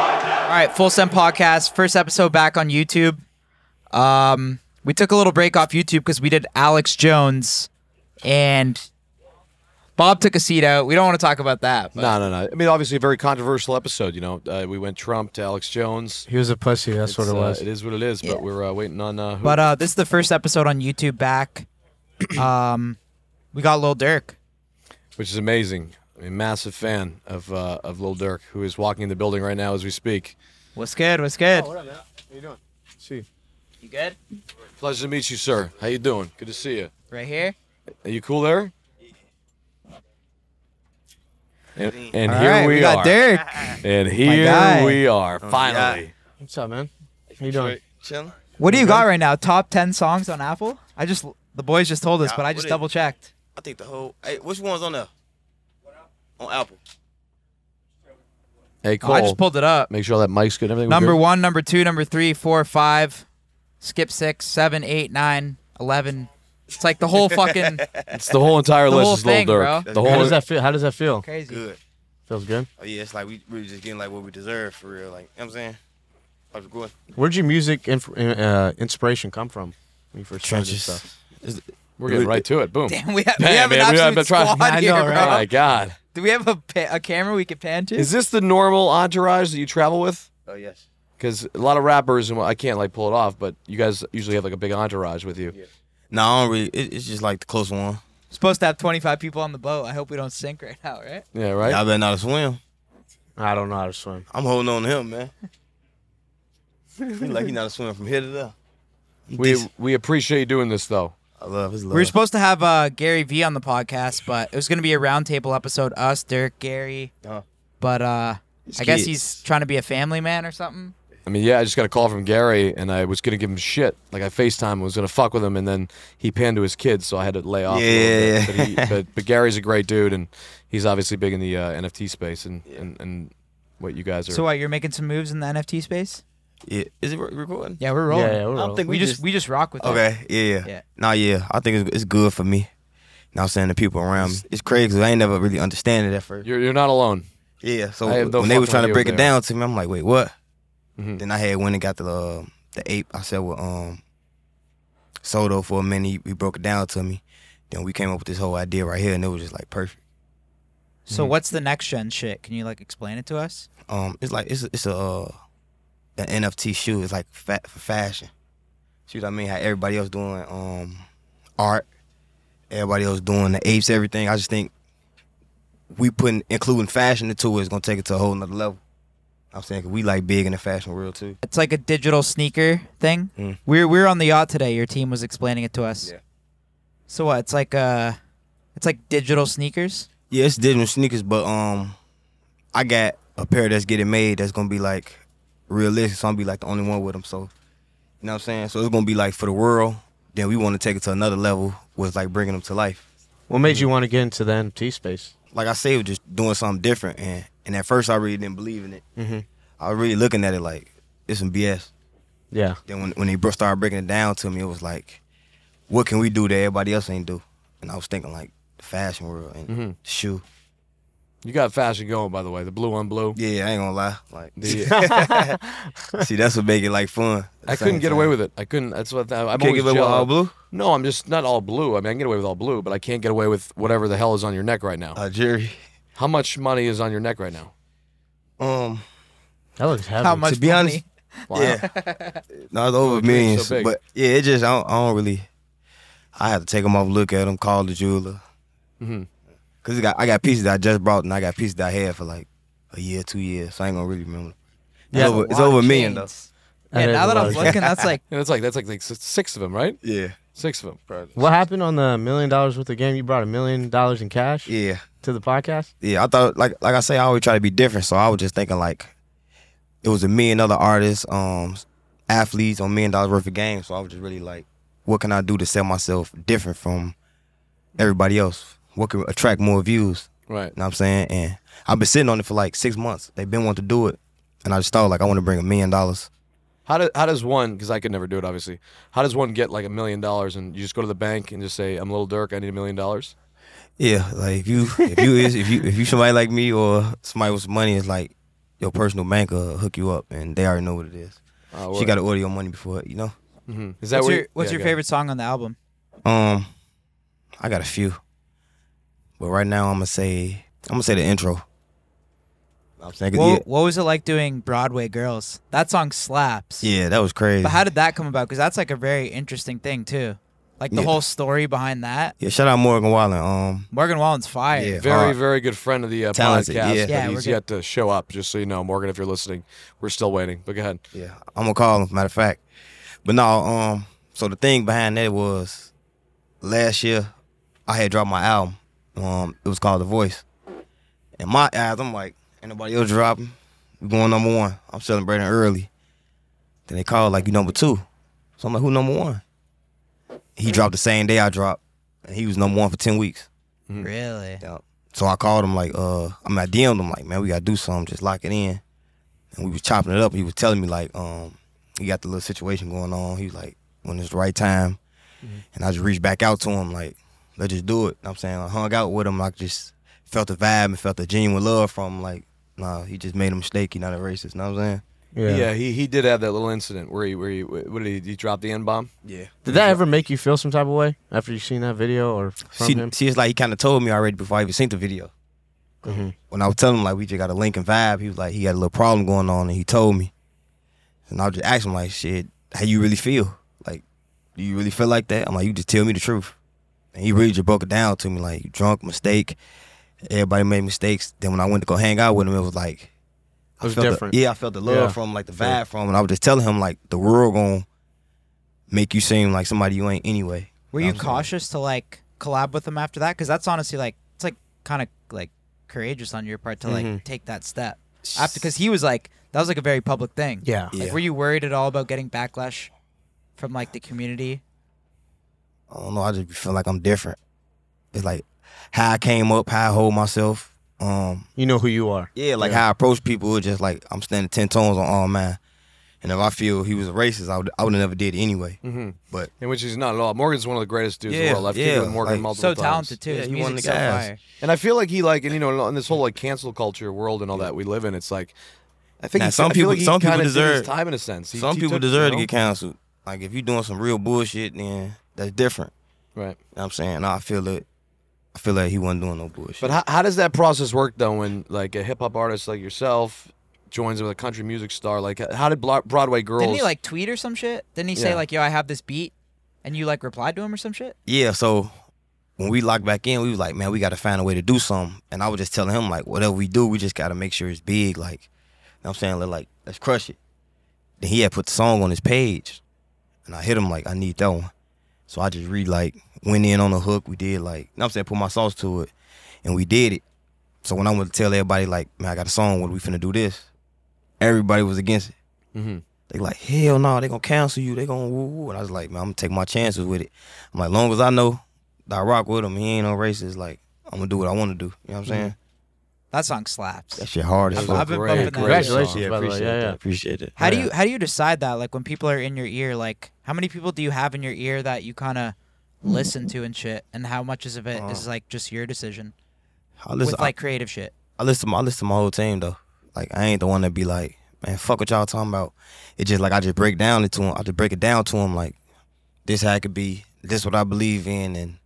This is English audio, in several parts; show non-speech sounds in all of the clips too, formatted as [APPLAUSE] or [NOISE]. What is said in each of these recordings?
right, Full Send Podcast, first episode back on YouTube. Um, we took a little break off YouTube because we did Alex Jones and Bob took a seat out. We don't want to talk about that. but- No, no, no. I mean, obviously, a very controversial episode. You know, uh, we went Trump to Alex Jones. He was a pussy. That's what it It's, uh, was. it is what it is. But we're uh, waiting on. Uh, who- But uh, this is the first episode on YouTube back. [CLEARS THROAT] Um, we got Lil Durk. which is amazing. I'm a massive fan of uh, of Lil Durk, who is walking in the building right now as we speak. What's good? What's good? up, man? How you doing? See. You good? Pleasure to meet you, sir. How you doing? Good to see you. Right here. Are you cool there? And, and All here right, we, got are. Durk. And guy. here we are. Finally. What's up, man? How you doing? Chilling. What do you Mm-hmm. got right now? Top ten songs on Apple? I just the boys just told us, Yeah, but I what just is- double checked. I think the whole. Hey, which one's on there? On Apple. Hey Oh, Cole, I just pulled it up. make sure all that mic's good. and Everything was Number good? one, number two, number three, four, five, skip six, seven, eight, nine, eleven. It's like the whole fucking [LAUGHS] It's the whole entire The list whole is Lil thing, Durk. bro. The How whole. does that feel? How does that feel? crazy. Good. Feels good. Oh, yeah, it's like we we just getting like what we deserve for real. Like, you know what I'm saying? Like, we're going. Where'd your music inf- uh, inspiration come from when you first started this stuff? We're getting right to it. Boom. Damn, we have, we Man, have an man, we absolute have been trying- squad I here, know, bro. right? Oh my God. Do we have a, pa- a camera we could pan to? Is this the normal entourage that you travel with? Oh yes. Because a lot of rappers and I can't like pull it off, but you guys usually have like a big entourage with you. No, I don't really. It, it's just like the close one. supposed to have 25 people on the boat. I hope we don't sink right now, right? Yeah, right. I better not swim. I don't know how to swim. I'm holding on to him, man. he like he not a swim from here to there. He we decent. we appreciate you doing this though. I love his love. We were supposed to have uh, Gary V on the podcast, but it was going to be a roundtable episode us, Dirk, Gary. Uh-huh. But uh, I guess kids. he's trying to be a family man or something. I mean, yeah, I just got a call from Gary, and I was gonna give him shit. Like I Facetime, and was gonna fuck with him, and then he panned to his kids, so I had to lay off. a Yeah, little yeah, bit. But, yeah. he, but but Gary's a great dude, and he's obviously big in the uh, NFT space, and, and and what you guys are. So what? You're making some moves in the NFT space? yeah. Is it re- recording? Yeah, we're Yeah, rolling. yeah, we're I rolling. don't think We, just, we just rock with it. Okay, yeah, yeah. Yeah. Nah, yeah. I think it's, it's good for me. Now I'm saying the people around me. It's crazy 'cause I ain't never really understanding it at first. you're you're not alone. Yeah. So I have no when they was fucking trying idea to break what it they are. down to me, I'm like, wait, what? Mhm. Then I had went and got the uh, the ape. I said with um Soto for a minute. He, he broke it down to me. Then we came up with this whole idea right here, and it was just like perfect. Mm. So what's the next gen shit? Can you like explain it to us? Um, it's like it's a, it's a uh, an NFT shoe. It's like fat for fashion. See what I mean? How everybody else doing um art, everybody else doing the apes, everything. I just think we putting including fashion into it is gonna take it to a whole nother level. I'm saying 'cause we like big in the fashion world too. It's like a digital sneaker thing. Mm. We're we're on the yacht today. Your team was explaining it to us. Yeah. So what? It's like uh, it's like digital sneakers. Yeah, it's digital sneakers, but um, I got a pair that's getting made that's gonna be like realistic. So I'm be like the only one with them. So you know what I'm saying? So it's gonna be like for the world. Then we want to take it to another level with like bringing them to life. What made you want to get into the NFT space? Like I say, we're just doing something different. And and at first I really didn't believe in it. Mhm. I was really looking at it like it's some BS. Yeah. Then when when they bro- started breaking it down to me, it was like, what can we do that everybody else ain't do? And I was thinking like the fashion world and Mhm. shoe. You got fashion going, by the way. The blue on blue. Yeah, I ain't gonna lie. Like. [LAUGHS] The, See, that's what make it like fun. I couldn't get away with it. I couldn't. That's what I'm Can't always give away with jealous. all blue. No, I'm just not all blue. I mean, I can get away with all blue, but I can't get away with whatever the hell is on your neck right now. Uh, Jerry. How much money is on your neck right now? Um. That looks heavy. How much? to be money? honest, [LAUGHS] yeah. no, it's over dreams millions, so big. but yeah, it just I don't, I don't really. I have to take them off, look at them, call the jeweler. Mhm. Cause it got, I got pieces that I just brought, and I got pieces that I had for like a year, two years. So I ain't gonna really remember. It's Yeah, over, A it's lot over a of million though. chains. That Yeah, is now a that lot I'm of- looking, that's like And it's like that's like, like s- six of them, right? Yeah, Six of them. What happened on the million dollars worth of game? You brought a million dollars in cash yeah, to the podcast? yeah. I thought like like I say, I always try to be different. So I was just thinking like, it was a million other artists, um, athletes on million dollars worth of games. So I was just really like, what can I do to sell myself different from everybody else? What can attract more views? Right. You know what I'm saying? And I've been sitting on it for like six months. They've been wanting to do it. And I just thought like I want to bring a million dollars. How does how does one? Because I could never do it, obviously. How does one get like a million dollars and you just go to the bank and just say, "I'm Little Dirk. I need a million dollars." Yeah, like if you if you is if you if you somebody like me or somebody with some money, it's like your personal bank will hook you up, and they already know what it is. Uh, She got to order your money before, you know. hmm Is that What's what your, what's yeah, your go ahead. favorite song on the album? Um, I got a few, but right now I'm gonna say I'm gonna say the intro. I'm saying, What, what was it like doing Broadway Girls? That song slaps. yeah, yeah, that was crazy. But how did that come about? Because that's like a very interesting thing too, like the Yeah. whole story behind that. yeah, shout out Morgan Wallen. Um, Morgan Wallen's fire. Yeah. Very, Alright. very good friend of the uh, podcast. Talented, yeah. but Yeah, he's we're yet to show up, just so you know, Morgan, if you're listening. We're still waiting, but go ahead. Yeah, I'm gonna call him. Matter of fact, but no. Um, so the thing behind that was last year I had dropped my album. Um, it was called The Voice. In my eyes, I'm like, ain't nobody else dropping. We going number one. I'm celebrating early. Then they called like you number two. So I'm like, who number one? He dropped the same day I dropped, and he was number one for ten weeks. Really? Yeah. So I called him like, uh, I mean, I DM'd him like, man, we gotta do something, just lock it in. And we was chopping it up. He was telling me like, um, he got the little situation going on. He was like, when it's the right time, and I just reached back out to him like, let's just do it. You know what I'm saying I hung out with him. I just felt the vibe and felt the genuine love from him. Like, nah, he just made a mistake. He not a racist. You know what I'm saying? Yeah, he, he did have that little incident where he where he what did he, he dropped the n bomb. Yeah. Did that ever make you feel some type of way after you seen that video or from See, him? see, it's like he kind of told me already before I even seen the video. Mhm. When I was telling him like we just got a link and vibe, he was like he had a little problem going on, and he told me. And I was just asked him like, "Shit, how you really feel? Like, do you really feel like that?" I'm like, "You just tell me the truth." And he really just broke it down to me like, "You drunk, mistake. Everybody made mistakes." Then when I went to go hang out with him, it was like, It was I felt the- different. yeah, I felt the love Yeah. from like the Sure. vibe from, and I was just telling him like the world gonna make you seem like somebody you ain't anyway. Were That you was- cautious to like collab with them after that? Because that's honestly like it's like kind of like courageous on your part to like Mm-hmm. Mhm. take that step after because he was like that was like a very public thing. Yeah. Like, Yeah. were you worried at all about getting backlash from like the community? I don't know. I just feel like I'm different. It's like how I came up, how I hold myself. Um, You know who you are. yeah, like how I approach people. It's just like I'm standing ten tones on all mine. And if I feel he was a racist, I would I would have never did it anyway. Mm-hmm. But In which he's not at all. Morgan's one of the greatest dudes in Yeah, the world. I've yeah, yeah, with Morgan like, multiple So times. talented too. Yeah, His he won music's the so guys. fire. And I feel like he like and you know in this whole like cancel culture world and all that we live in, it's like I think Nah, he, some I feel people- like he some people kinda did his deserve- time in a sense. He- some he people took, deserve you to know? get canceled. Like if you doing some real bullshit, then that's different. right. You know what I'm saying I feel it. I feel like he wasn't doing no bullshit. But how, how does that process work though when like a hip hop artist like yourself joins with a country music star? Like how did Blo- Broadway Girls? Didn't he like tweet or some shit? Didn't he say Yeah. like, "Yo, I have this beat," and you like replied to him or some shit? yeah, so when we locked back in, we was like, man, we got to find a way to do something. And I was just telling him like, whatever we do, we just got to make sure it's big. Like, you know what I'm saying, Let- like, let's crush it. Then he had put the song on his page, and I hit him like, I need that one. So I just read like, went in on the hook. We did like, you know what I'm saying, put my sauce to it, and we did it. So when I went to tell everybody like, man, I got a song. What we finna do this? Everybody was against it. hmm They like, hell no, they gonna cancel you. They gonna woo woo. And I was like, man, I'm gonna take my chances with it. I'm like, long as I know that I rock with him, he ain't no racist. Like, I'm gonna do what I wanna do. You know what I'm saying? That song slaps. That shit hard as That I've, was a I've fuck. been great- bumping that. great song. Congratulations, by the way. appreciate Yeah, that. yeah. Appreciate it. How do you how do you decide that? Like when people are in your ear, like how many people do you have in your ear that you kind of listen to and shit, and how much is of it is Uh. like just your decision I listen, with like creative shit? I, I listen to my I listen to my whole team though. Like I ain't the one that be like, man, fuck what y'all talking about. It's just like I just break down it to him. I just break it down to him like, this how it could be, this what I believe in, and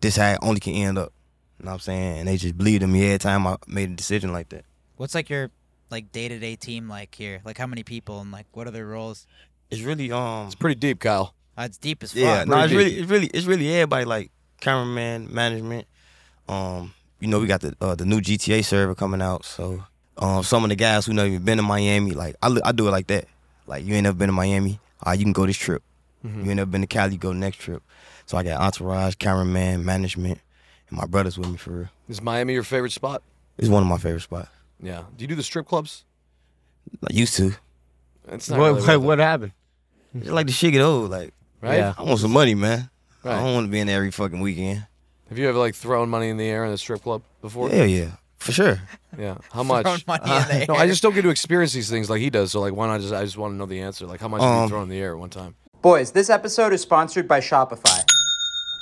this how it only can end up. You know what I'm saying? And they just believed in me every time I made a decision like that. What's like your like day to day team like here? Like how many people and like what are their roles? It's really um It's pretty deep, Kyle. Uh, it's deep as fuck. Yeah, no, it's Pretty really, it's really, it's really everybody like cameraman, management. Um, you know, we got the uh, the new GTA server coming out, so um, some of the guys who never even been to Miami, like I, li- I do it like that. Like you ain't never been to Miami, all right, you can go this trip. You ain't never been to Cali, you go next trip. So I got entourage, cameraman, management, and my brothers with me for real. Is Miami your favorite spot? It's one of my favorite spots. Yeah. Do you do the strip clubs? Like used to, It's not What, really what, worth it, what happened? it's like the shit get old. Like right? Yeah. I want some money, man. I Right. don't want to be in there every fucking weekend. Have you ever like thrown money in the air in a strip club before? Hell yeah, for sure. Yeah. How much? Thrown money in [LAUGHS] the no, air. I just don't get to experience these things like he does. So like, why not? Just I just want to know the answer. Like, how much have you Um, thrown in the air at one time? Boys, this episode is sponsored by Shopify.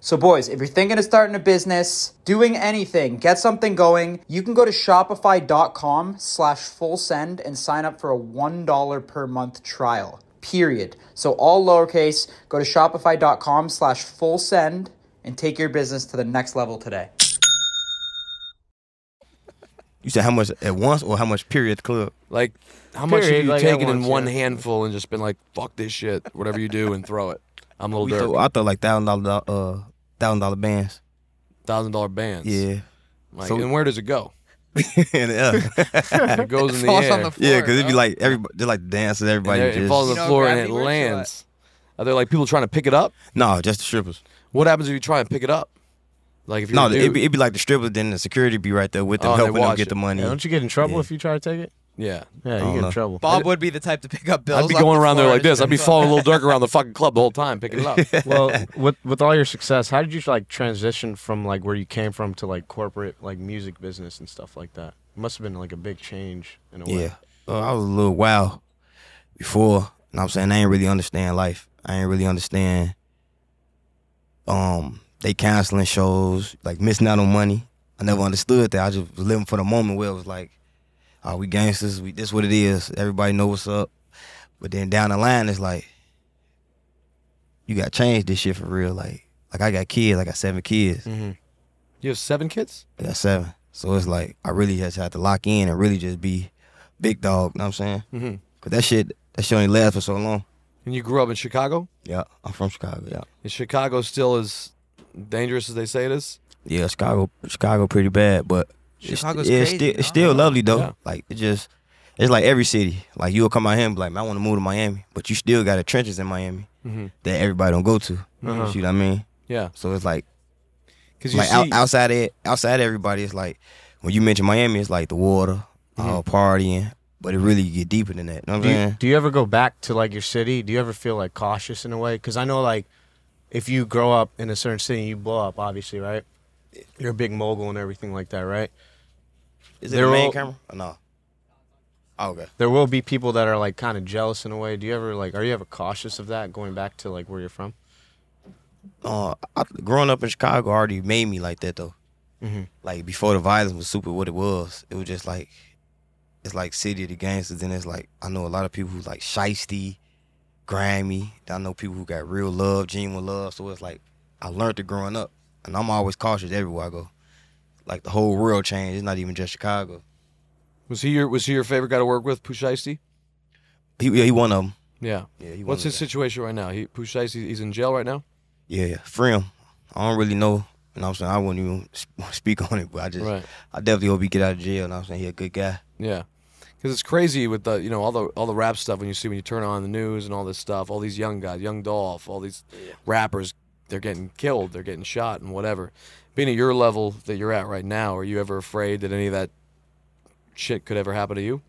So, boys, if you're thinking of starting a business, doing anything, get something going, you can go to shopify.com slash full send and sign up for a $1 per month trial, period. So, all lowercase, go to shopify.com slash full send and take your business to the next level today. You said how much at once or how much period club? Like, how much have Period, you like, at taken in once, one yeah. handful and just been like, "Fuck this shit," whatever you do, and throw it? I'm a We little throw, dirt. I throw like thousand dollar uh thousand dollar bands. Thousand dollar bands. Yeah. Like, So- and where does it go? [LAUGHS] and, uh, It goes in the Falls air. on the floor. [LAUGHS] yeah, because it'd be bro. like everybody just like dancing, and everybody there- just it falls on the You know, floor and it gravity works or lands. Are there like people trying to pick it up? No, just the strippers. What happens if you try and pick it up? Like if you're No, a dude, it'd be, it'd be like the strippers, then the security be right there with them Oh, they helping them watch get it. the money. Yeah, don't you get in trouble Yeah. if you try to take it? yeah. Yeah, don't you get know. in trouble. Bob would be the type to pick up bills. I'd be off going the around there floor like and this. I'd be just- following Lil Durk around the fucking club the whole time, picking it up. well, [LAUGHS] with with all your success, how did you like transition from like where you came from to like corporate like music business and stuff like that? Must have been like a big change in a way. Yeah. Uh, I was a little wild before. You know what I'm saying? I ain't really understand life. I ain't really understand um they canceling shows, like missing out on money. I never understood that. I just was living for the moment where it was like, oh, we gangsters, we this what it is. Everybody know what's up. But then down the line it's like you gotta change this shit for real. Like like I got kids, I got seven kids. You have seven kids? I got seven. So it's like I really just had to lock in and really just be big dog. You know what I'm saying? Mhm. Cause that shit, that shit only lasts for so long. And you grew up in Chicago? Yeah, I'm from Chicago. Yeah, Is Chicago still as dangerous as they say it is? yeah, Chicago, Chicago, pretty bad, but it's- Chicago's yeah, it's crazy, still, no? it's still lovely though. Yeah. Like it just, it's like every city. Like you'll come out here and be like, man, I want to move to Miami, but you still got the trenches in Miami Mhm. that everybody don't go to. You see what I mean? Yeah. So it's like, Because you like see, out, outside it, outside everybody, it's like when you mention Miami, it's like the water, all partying, but it really get deeper than that. Mm-hmm. You know what I'm Do you, saying? do you ever go back to like your city? Do you ever feel like cautious in a way? Because I know like if you grow up in a certain city, you blow up, obviously, right? You're a big mogul and everything like that, right? Is it They're the main all- camera? Or no. Oh, okay. There will be people that are like kind of jealous in a way. Do you ever like are you ever cautious of that going back to like where you're from? uh, I, growing up in Chicago already made me like that though. Mm-hmm. Mhm. Like before the violence was super what it was. It was just like it's like city of the gangsters, and it's like I know a lot of people who like shisty, grimy. I know people who got real love, genuine love. So it's like I learned it growing up, and I'm always cautious everywhere I go. Like the whole world changed. It's not even just Chicago. was he your was he your favorite guy to work with, Pusheisty? He yeah, he one of them. Yeah. Yeah, he one What's of his them. situation right now? He Pusheisty, he's in jail right now. Yeah, yeah. Frim. I don't really know. You know what I'm saying? I wouldn't even sp- [LAUGHS] speak on it, but I just, Right. I definitely hope he get out of jail. You know what I'm saying? He a good guy. Yeah, because it's crazy with the you know all the all the rap stuff when you see when you turn on the news and all this stuff. All these young guys, young Dolph, all these rappers, they're getting killed, they're getting shot, and whatever. Being at your level that you're at right now, are you ever afraid that any of that shit could ever happen to you?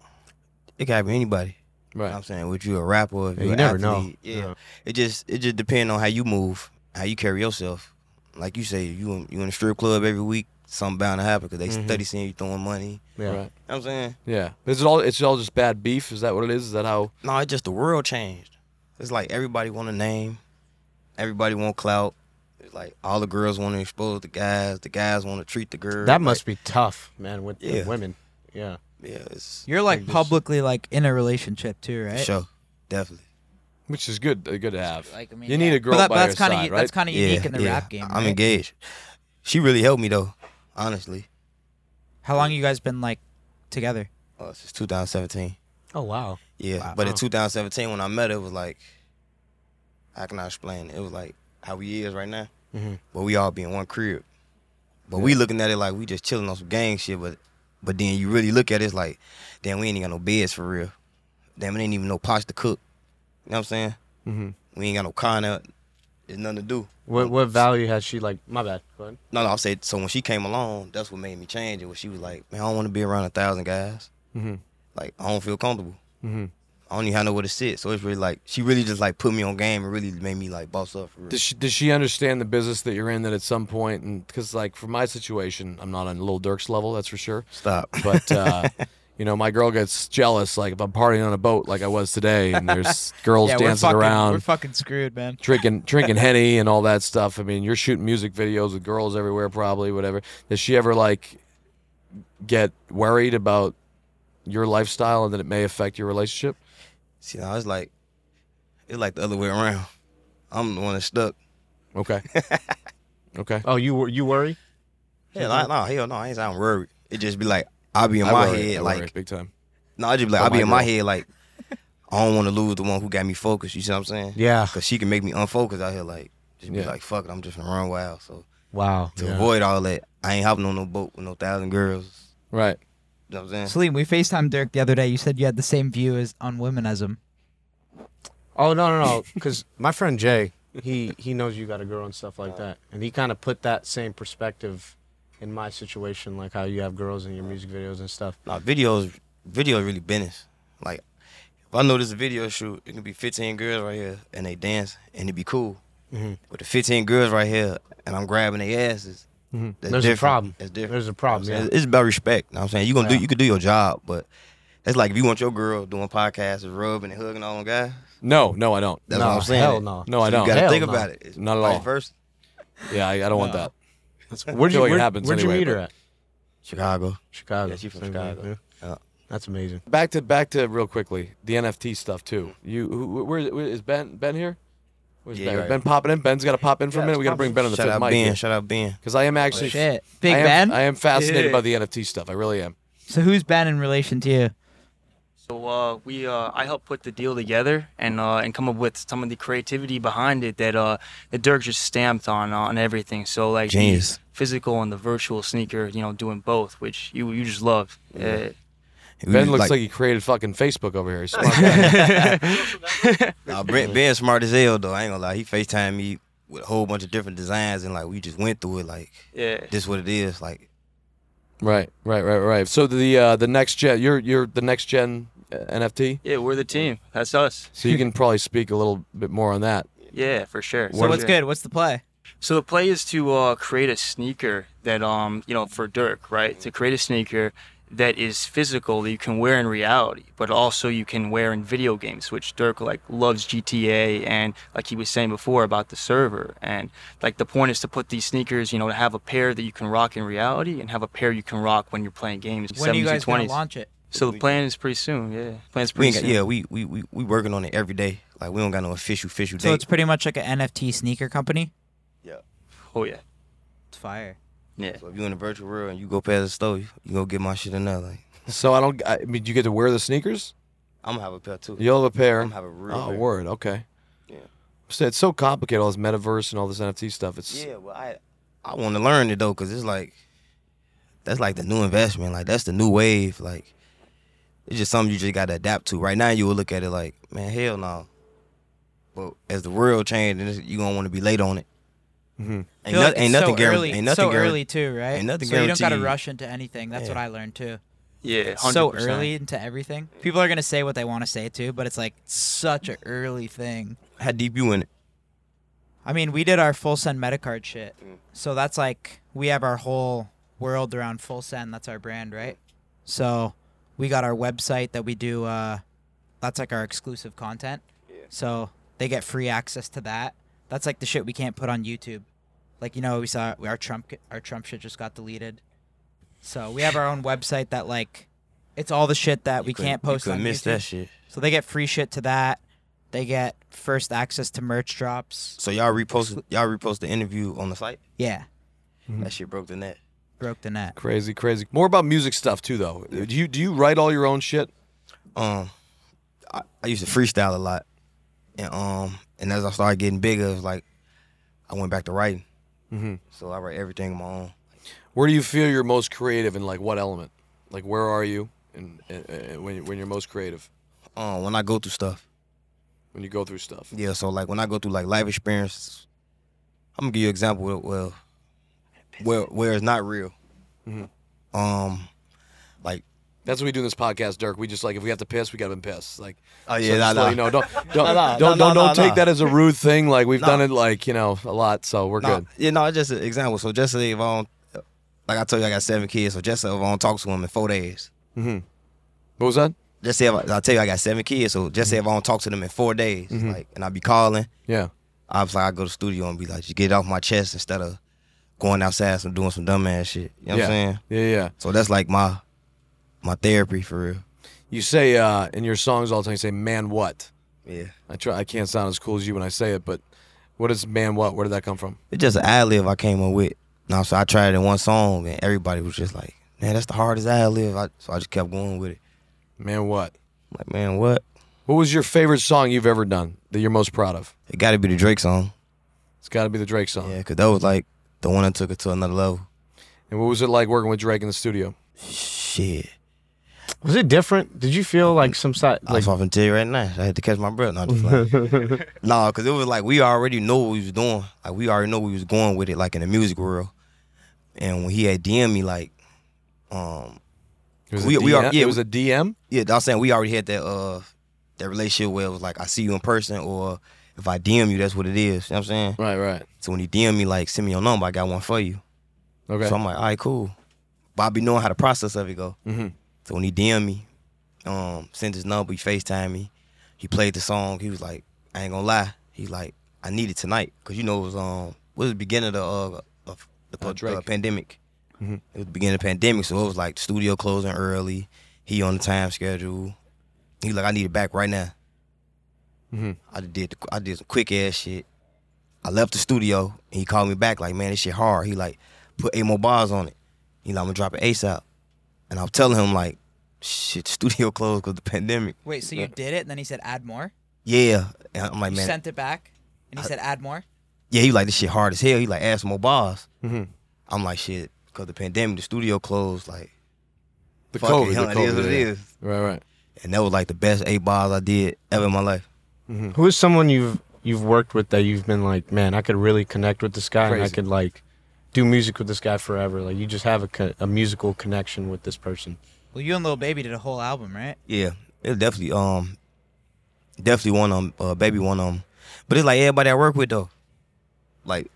It can happen to anybody. You know what I'm Right. saying, with you a rapper, or if Yeah, you you an never know. athlete, Yeah. Yeah. It just it just depends on how you move, how you carry yourself. Like you say, you in, you in a strip club every week, something bound to happen because they study seeing you throwing money. Yeah. Right. You know what I'm saying? Yeah. Is it all? It's all just bad beef. Is that what it is? Is that how? No, it's just the world changed. It's like everybody want a name, everybody want clout. It's Like all the girls want to expose the guys, the guys want to treat the girls. That must be tough, man, with the Yeah. women. Yeah. be. Yeah, it's You're like publicly like in a relationship too, right? for sure, definitely. which is good. uh, Good to have. Like, I mean, you need yeah. a girl But that- by that's your kinda side, u- right? That's kind of unique in the rap game. I'm right? engaged. She really helped me though, honestly. How long you guys been like together? Uh, since 2017. Oh wow. Yeah, but in 2017 when I met her, it was like, how can I explain? It It was like how we is right now, but we all be in one crib. But we looking at it like we just chilling on some gang shit, but but then you really look at it, it's like, damn, we ain't got no beds for real. Damn, it ain't even no pots to cook. You know what I'm saying? Mm-hmm. We ain't got no car now. There's nothing to do. What what value has she like? My bad. Go ahead. No, no, I'm saying, so when she came along, that's what made me change it. When she was like, man, I don't want to be around a thousand guys. Mm-hmm. Like, I don't feel comfortable. I don't even have nowhere to sit. So it's really like, she really just like put me on game and really made me like boss up for real. Does she, does she understand the business that you're in? That at some point, and because like for my situation, I'm not on Lil Durk's level, that's for sure. Stop. [LAUGHS] But uh, you know, my girl gets jealous. Like if I'm partying on a boat, like I was today, and [LAUGHS] there's girls yeah, we're dancing fucking around, we're fucking screwed, man. drinking drinking henny and all that stuff. I mean, you're shooting music videos with girls everywhere, probably whatever. Does she ever like get worried about your lifestyle and that it may affect your relationship? See, I was like, it's like the other way around. I'm the one that's stuck. [LAUGHS] Okay. okay. Oh, you wor- you worry? Hell, I, no, hell no, I ain't sound worried. It just be like, I'll be in I my worry, head I like, worry big time. no, I just be like, I'll be my in my girl. head like, I don't want to lose the one who got me focused. You see what I'm saying? Yeah. Cause she can make me unfocused out here. Like, just be Yeah. like, fuck it, I'm just gonna run wild. So. Wow. to Yeah. avoid all that. I ain't hopping on no boat with no thousand girls. Right. You know what I'm saying? Salim, we FaceTimed Dirk the other day. You said you had the same view as on women as him. Oh no no no, because [LAUGHS] my friend Jay, he he knows you got a girl and stuff like that, and he kind of put that same perspective in my situation, like how you have girls in your music videos and stuff. Nah, videos, video really business. Like, if I know this is a video shoot, it can be 15 girls right here and they dance and it be cool. Mm-hmm. But the 15 girls right here and I'm grabbing their asses. that's Mm-hmm. There's a different. problem. That's different. There's a problem. It's- Yeah. It's about respect. You know what I'm saying? You gonna do you could do your job, but it's like if you want your girl doing podcasts and rubbing and hugging all them guys, No, no, I don't. that's No, what I'm saying. hell no. [LAUGHS] No, I You don't. gotta Hell think no. about it. It's Not at vice all. versa. Yeah, I, I don't want that. Where'd you Feel like it where'd, happens where'd anyway, you meet her but- at? Chicago. Chicago. Yeah, she from Same Chicago. thing, yeah. Yeah. That's amazing. Back to back to real quickly the NFT stuff too. You who, where, where is Ben? Ben here? Where's Mm-hmm. Yeah, ben? you're right. Ben popping in. Ben's got to pop in for a minute. We got to bring Ben on the Shout fifth out mic Ben. here. Shout out Ben. Because I am actually Oh, Shit. Big I am, Ben? I am fascinated Yeah. by the NFT stuff. I really am. So who's Ben in relation to you? So uh, we, uh, I helped put the deal together and uh, and come up with some of the creativity behind it that uh, that Dirk just stamped on uh, on everything. So like the Genius. physical and the virtual sneaker, you know, doing both, which you you just love. Uh, We Ben was looks like, he created fucking Facebook over here. [LAUGHS] He's smart guy. [LAUGHS] Nah, Brent Ben smart as hell though. I ain't gonna lie. He Facetime me with a whole bunch of different designs and like we just went through it. Like yeah. this what it is. Like right, right, right, right. So the uh, the next gen, you're you're the next gen uh, NFT. Yeah, we're the team. That's us. So [LAUGHS] you can probably speak a little bit more on that. Yeah, for sure. So what's good? What's the play? So the play is to uh, create a sneaker that um you know for Dirk right to create a sneaker that is physical that you can wear in reality, but also you can wear in video games, which Dirk like loves GTA and like he was saying before about the server and like the point is to put these sneakers you know to have a pair that you can rock in reality and have a pair you can rock when you're playing games. When are you 70s and guys gonna 20s. launch it? So the plan is pretty soon. Yeah, plan's we pretty ain't got, soon. yeah, we, we we we working on it every day. Like we don't got no official official So date. it's pretty much like an NFT sneaker company. Oh yeah. It's fire. Yeah. so if you in the virtual world and you go past the store, you, you go get my shit in there. Like So I don't. I mean, you get to wear the sneakers. I'm gonna have a pair too. You'll have a pair. I'm gonna have a real Oh, pair. word. Okay. So it's so complicated, all this metaverse and all this NFT stuff. It's Yeah, well I I wanna learn it though, cause it's like that's like the new investment. Like that's the new wave. Like it's just something you just gotta adapt to. Right now you will look at it like, man, hell no. But as the world changes, you gonna wanna be late on it. I Ain't, feel no- like ain't it's nothing so guaran- early. Ain't nothing so guaran- early too, right? ain't nothing so you don't gotta guaranteed. rush into anything. That's what Yeah. I learned too. Yeah. 100%. So early into everything. People are gonna say what they want to say too, but it's like such an early thing. How deep you in it? I mean, we did our full send Metacard shit, Mm. so that's like we have our whole world around full send. That's our brand, right? So we got our website that we do. Uh, that's like our exclusive content. So they get free access to that. That's like the shit we can't put on YouTube. Like you know, we saw our Trump our Trump shit just got deleted. So we have our own website that like it's all the shit that we couldn't- can't you post couldn't on miss YouTube. that shit. So they get free shit to that. They get first access to merch drops. So y'all repost y'all repost the interview on the site. Yeah, That shit broke the net. broke the net. Crazy, crazy. More about music stuff too, though. Do you do you write all your own shit? Um, I, I used to freestyle a lot, and um, and as I started getting bigger, it was like I went back to writing. So I write everything on my own. Where do you feel you're most creative, and like what element? Like where are you, and, and, and when you- when you're most creative, Um, when I go through stuff, when you go through stuff. yeah. So like when I go through like life experiences, I'm gonna give you an example. Of, well, where where it's not real. Um, like That's what we do in this podcast, Dirk. We just like if we have to piss, we got to piss. Like, Oh, so yeah, just nah, let nah. you know, [LAUGHS] don't don't nah, don't, nah, don't, don't nah, take nah. that as a rude thing. Like we've done it, like you know, a lot. So we're No, good. Yeah, no, it's just an example. So just say if I don't, like I told you, I got seven kids. So just say if I don't talk to them in four days. What was that? Just say if I, I tell you I got seven kids. So just say if I don't talk to them in four days, like, and I be calling. Yeah. I was like, I go to the studio and be like, just get it off my chest instead of going outside and doing some dumb ass shit. You know what yeah. I'm saying? Yeah, yeah. So that's like my my therapy for real. You say uh, in your songs all the time. You say, "Man, what?" Yeah. I try. I can't sound as cool as you when I say it, but what is "man what"? Where did that come from? It's just an ad lib I came up with. Now, so I tried it in one song and everybody was just like, man, that's the hardest ad lib. I, so I just kept going with it. Man, what? I'm like, man, what? What was your favorite song you've ever done that you're most proud of? It got to be the Drake song. It's got to be the Drake song. Yeah, cause that was like the one that took it to another level. And what was it like working with Drake in the studio? Shit, Was it different? Did you feel like some side I like was off tell you right now. I had to catch my breath. No, I'm just lying. nah, cause it was like we already know what we was doing. Like we already know we was going with it, like in the music world. And when he had DM me, like, um, It was We- a we are- DM? yeah, it was we- a DM. yeah, I was saying we already had that uh that relationship where it was like I see you in person, or if I DM you, that's what it is. You know what I'm saying. Right, right. So when he DM me, like, send me your number, I got one for you. Okay. So I'm like, all right, cool. But I be knowing how the process of it go. Mhm. So when he DM me, um, sent his number, he FaceTime me. He played the song. He was like, I ain't gonna lie. He's like, I need it tonight because you know it was um, was the beginning of the uh, of the pa- Drake. uh, pandemic. It was the beginning of the pandemic, so it was like studio closing early. He on the time schedule. He like, I need it back right now. I did the, I did some quick ass shit. I left the studio and he called me back like, man, this shit hard. He like, put eight more bars on it. He like, I'm gonna drop it ASAP. And I'm telling him like, shit, studio [LAUGHS] closed because the pandemic. Wait, so you did it, and then he said add more. Yeah. And I'm like, You man, sent it back, and he said add more. yeah, he like, this shit hard as hell. He like, ask more bars. Mm-hmm. I'm like, shit, because the pandemic, the studio closed. Like, the fuck it, hell, it is what it yeah. is. Right, right. And that was like the best eight bars I did ever in my life. who is someone you've you've worked with that you've been like, man, I could really connect with this guy and I Crazy. could like do music with this guy forever. Like you just have a, co- a musical connection with this person. Well, you and Lil Baby did a whole album, right? Yeah, it definitely um definitely one of 'em, uh, baby one of 'em. But it's like everybody I work with though, like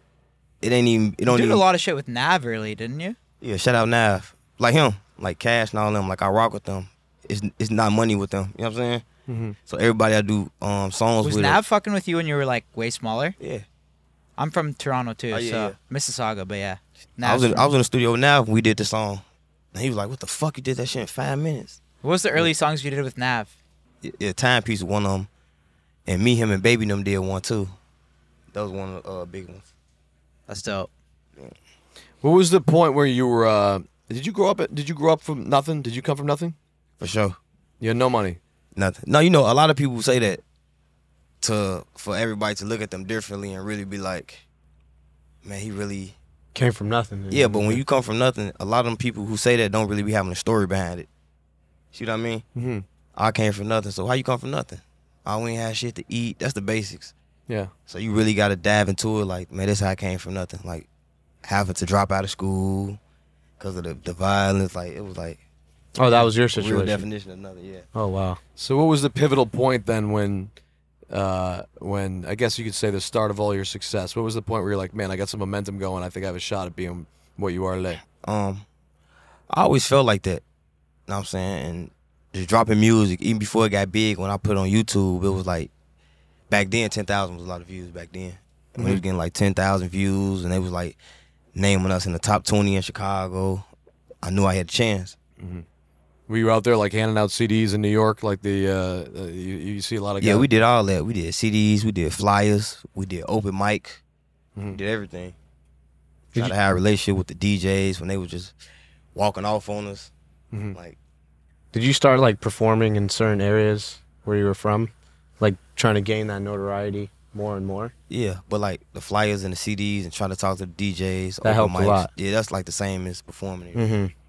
it ain't even it You don't did even a lot of shit with Nav early, didn't you? yeah. Shout out Nav, like him, like Cash and all them. Like I rock with them. It's it's not money with them. You know what I'm saying? So everybody I do um songs Was with. Nav fucking with you when you were like way smaller? yeah, I'm from Toronto too, Oh, yeah, so yeah. Mississauga, but yeah. I was in, Nav's- I was in the studio with Nav when we did the song, and he was like, "What the fuck? You did that shit in five minutes?" what was the early songs you did with Nav? Yeah, Yeah, timepiece was one of them, and me, him, and Baby them did one too. That was one of the uh, big ones. That's dope. What was the point where you were? Uh, did you grow up? Did you grow up from nothing? Did you come from nothing? For sure. You had no money. Nothing. No, you know, a lot of people say that to for everybody to look at them differently and really be like, man, he really. Came from nothing. Yeah, but when you come from nothing, a lot of them people who say that don't really be having a story behind it. See what I mean? Mm-hmm. I came from nothing, so how you come from nothing? I ain't had shit to eat. That's the basics. Yeah. So you really got to dive into it. Like, man, this how I came from nothing. Like, having to drop out of school because of the, the violence. Like, it was like oh, that was your the real situation. definition of nothing. Yeah. Oh wow. So what was the pivotal point then when, uh, when I guess you could say the start of all your success? What was the point where you're like, man, I got some momentum going. I think I have a shot at being what you are today. um I always felt like that. Know what I'm saying? And just dropping music, even before it got big, when I put it on YouTube, it was like back then ten thousand was a lot of views back then. And We was getting like ten thousand views, and they was like naming us in the top twenty in Chicago. I knew I had a chance. Were you out there like handing out CDs in New York? Like the uh, uh, you, you see a lot of Yeah, guys- we did all that. We did CDs, we did flyers, we did open mic, we did everything. Tried to have a relationship with the DJs when they were just walking off on us. Like, Did you start like performing in certain areas where you were from, like trying to gain that notoriety more and more? yeah, but like the flyers and the CDs and trying to talk to the DJs. open helped a mics. lot. Mm-hmm. Yeah, that's like the same as performing.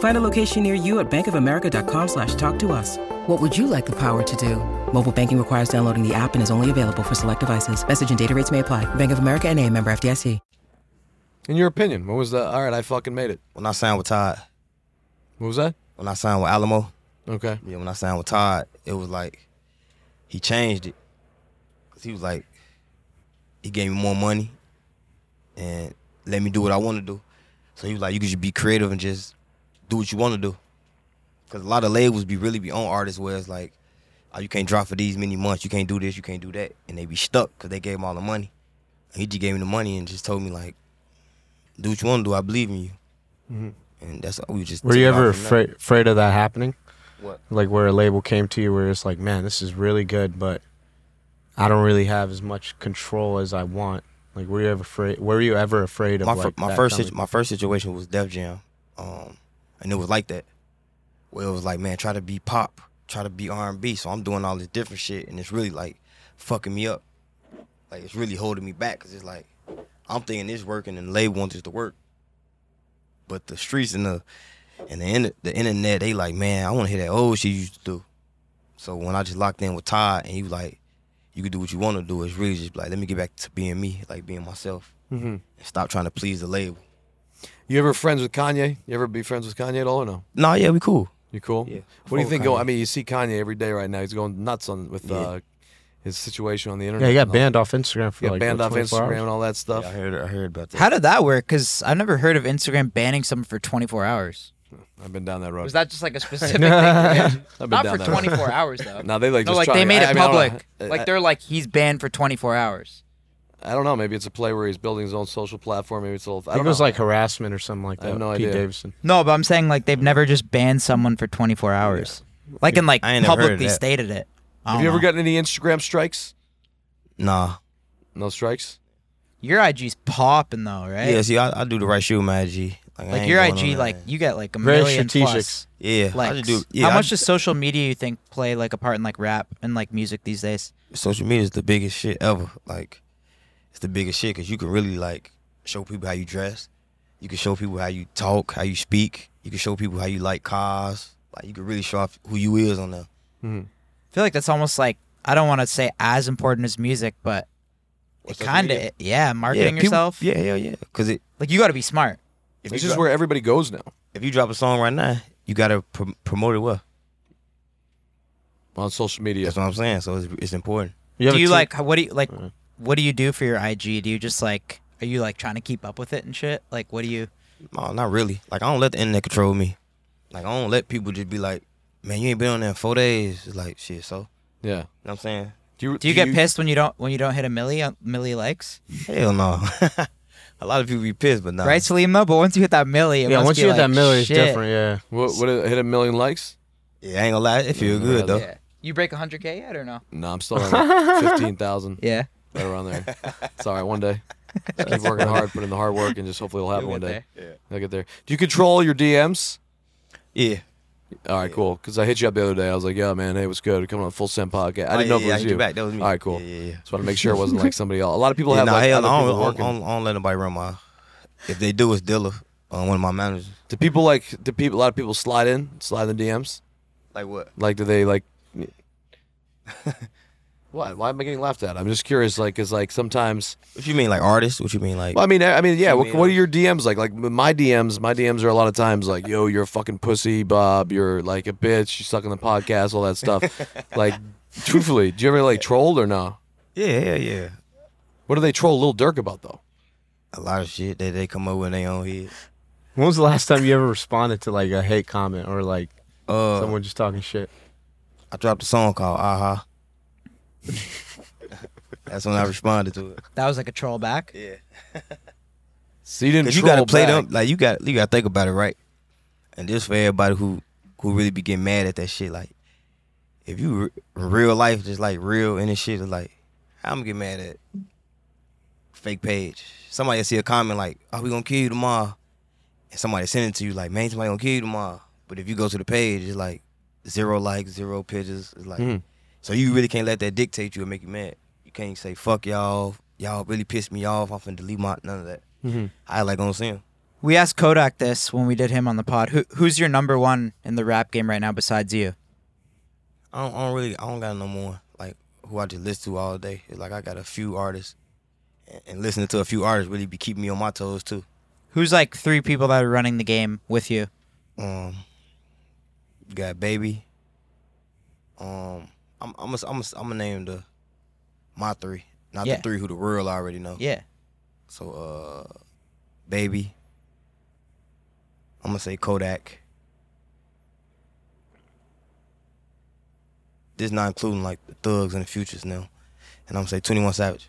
Find a location near you at bankofamerica.com slash talk to us. What would you like the power to do? Mobile banking requires downloading the app and is only available for select devices. Message and data rates may apply. Bank of America and a member FDIC. In your opinion, what was the all right? I fucking made it. when I signed with Todd, What was that? when I signed with Alamo, Okay. yeah, when I signed with Todd, it was like he changed it. 'Cause he was like, he gave me more money and let me do what I want to do. So he was like, you could just be creative and just do what you want to do. Cause a lot of labels be really be on artists where it's like, oh, you can't drop for these many months, you can't do this, you can't do that, and they be stuck because they gave him all the money. And he just gave me the money and just told me like, do what you want to do. I believe in you. And that's all we just. Were took you it off ever from there. afraid, afraid of that happening? What? Like where a label came to you where it's like, man, this is really good, but I don't really have as much control as I want. Like, were you ever afraid? Were you ever afraid of my, fir- like my that first coming? situ- my first situation was Def Jam, um, and it was like that. Where it was like, man, try to be pop, try to be R and B. So I'm doing all this different shit, and it's really like fucking me up. Like it's really holding me back because it's like I'm thinking it's working, and the label wants it to work. But the streets and the and the, inter- the internet, they like, man, I want to hear that old shit you used to do. So when I just locked in with Todd, and he was like, you can do what you want to do. It's really just like, let me get back to being me, like being myself and stop trying to please the label. You ever friends with Kanye? You ever be friends with Kanye at all or no? No, yeah, we cool. You cool? Yeah. What do you Full think? Go. Kanye. I mean, you see Kanye every day right now. He's going nuts on with Yeah. uh, his situation on the internet. Yeah, you and got all- banned off Instagram for Got like Oh. banned what, off 24 Instagram hours? and all that stuff. I heard, I heard about that. How did that work? Because I've never heard of Instagram banning someone for 24 hours. I've been down that road. Was that just like a specific thing? Not I've been down for that road. 24 hours though. No, [LAUGHS] they, like, no, just like try they to- made it I- I mean, I don't- public. I- I- like they're like he's banned for 24 hours. I don't know. Maybe it's a play where he's building his own social platform. Maybe it's a little. I I think don't it was know. like harassment or something like that. I have no Pete idea. Davidson. No, but I'm saying like they've never just banned someone for 24 hours, like and like I ain't never heard of publicly that. stated it. I Have don't you ever know. gotten any Instagram strikes? Nah. No strikes. your IG's popping though, right? Yeah, see, I, I do the right shit with my IG. I Like ain't your going on IG, that. like you get like a Very million strategic. plus yeah, I likes. just do. Yeah, How I- much does social media you think play like a part in like rap and like music these days? social media is the biggest shit ever. Like, it's the biggest shit because you can really like show people how you dress. You can show people how you talk, how you speak. You can show people how you like cars. Like, you can really show off who you is on there. I feel like that's almost like I don't want to say as important as music, but it social kind media? of yeah, yeah, marketing people- yourself. Yeah, hell yeah. Because it, Like you got to be smart. if This you is drop- where everybody goes now. if you drop a song right now, you gotta pr- promote it well. on social media. That's what I'm saying. So it's, it's important. You have do a you team- Mm-hmm. like how- what do you like? What do you do for your IG? Do you just like are you like trying to keep up with it and shit? Like what do you? No, not really. Like I don't let the internet control me. Like I don't let people just be like, man, you ain't been on there in four days. It's like shit. So you know Yeah. what I'm saying? Do you get pissed when you don't when you don't hit a milli on milli likes? Hell no. [LAUGHS] a lot of people be pissed, but nah. Right, Salim though. But once you hit that milli, it Yeah, must once be you hit that like, milli, it's shit. different. Yeah. What, what hit a million likes? Yeah, I ain't gonna lie. It feel good though. Yeah. You break 100k yet or no? No, I'm still at [LAUGHS] fifteen thousand. Yeah. right around there. It's all right. One day, just keep working hard, put in the hard work, and just hopefully it'll happen You'll one get day. Yeah, I'll get there. Do you control your DMs? Yeah. All right, cool. Because I hit you up the other day. I was like, "Yeah, man, hey, what's good? Coming on Full Send Podcast." I Oh, didn't yeah, know if it yeah, I was hit you. you back. That was me. All right, cool. Yeah, yeah, yeah. Just want to make sure it wasn't like somebody else. A lot of people Yeah, have nah, like hell, other no, I people don't, I, don't, working. I, don't, I don't let nobody run my. If they do, it's Dilla, uh, one of my managers. Do people like? Do people? A lot of people slide in, slide in the DMs. [LAUGHS] Like what? Like, do they like? Why? Why am I getting laughed at? I'm just curious. Like, is like sometimes. What you mean, like artists? What you mean, like? Well, I mean, I I mean, yeah. What, mean, what are uh, your DMs like? Like my DMs, my DMs are a lot of times like, "Yo, you're a fucking pussy, Bob. You're like a bitch. You suck on the podcast, all that [LAUGHS] stuff." like, truthfully, do you ever like trolled or no? yeah, yeah, yeah. What do they troll Lil Durk about though? A lot of shit that they come up with in their own head. When was the last time you ever responded to like a hate comment or like Uh, someone just talking shit? I dropped a song called Aha. That's when I responded to it. That was like a troll back. Yeah. So you didn't. Cause you gotta troll play back. them like you got you gotta think about it right. And this for everybody who who really be getting mad at that shit. Like if you re- in real life just like real and this shit is like how I'm gonna get mad at fake page. Somebody see a comment like, "Are we gonna kill you tomorrow?" And somebody send it to you like, "Man, somebody gonna kill you tomorrow." But if you go to the page, it's like zero likes, zero pictures. It's like Mm-hmm. so you really can't let that dictate you and make you mad. You can't say "fuck y'all." Y'all really pissed me off. I'm finna delete my none of that. I like gonna see him. We asked Kodak this when we did him on the pod. Who, who's your number one in the rap game right now besides you? I don't, I don't really, I don't got no more like who I just listen to all day. It's like I got a few artists, and, and listening to a few artists really be keeping me on my toes too. Who's like three people that are running the game with you? Um, you got baby. Um, I'm I'm a, I'm a, I'm gonna name the my three, not Yeah. the three who the world already know. Yeah. So uh, baby. I'm gonna say Kodak. This not including like the thugs and the futures now, and I'm gonna say 21 Savage.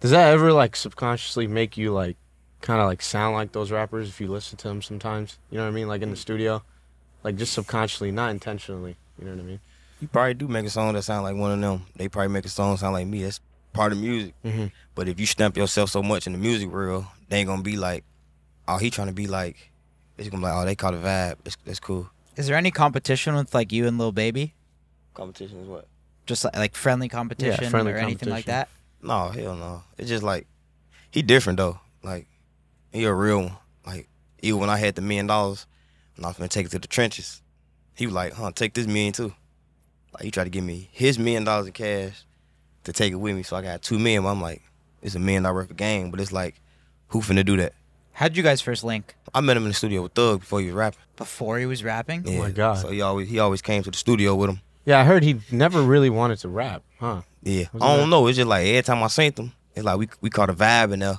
Does that ever like subconsciously make you like kind of like sound like those rappers if you listen to them sometimes? You know what I mean? Like in the studio, like just subconsciously, not intentionally. You know what I mean? You probably do make a song that sound like one of them. They probably make a song sound like me. That's part of music. Mhm. But if you stamp yourself so much in the music world, they ain't gonna be like, oh, he trying to be like. It's gonna be like, oh, they caught a vibe. It's, that's cool. Is there any competition with like you and Lil Baby? Competition is what? Just like, like friendly competition friendly or anything like competition. that? No, hell no. It's just like he different though. Like he a real one. Like even when I had the million dollars, and I was gonna take it to the trenches, he was like, "Huh, take this million too." Like he tried to give me his million dollars in cash to take it with me, so I got two million. But I'm like, it's a million dollar worth of game, but it's like, who finna do that? How'd you guys first link? I met him in the studio with Thug before he was rapping. Before he was rapping? Yeah. my God. So he always he always came to the studio with him. Yeah, I heard he never really wanted to rap, huh? Yeah, Wasn't I that- don't know. It's just like every time I seen him, it's like we we caught a vibe in there.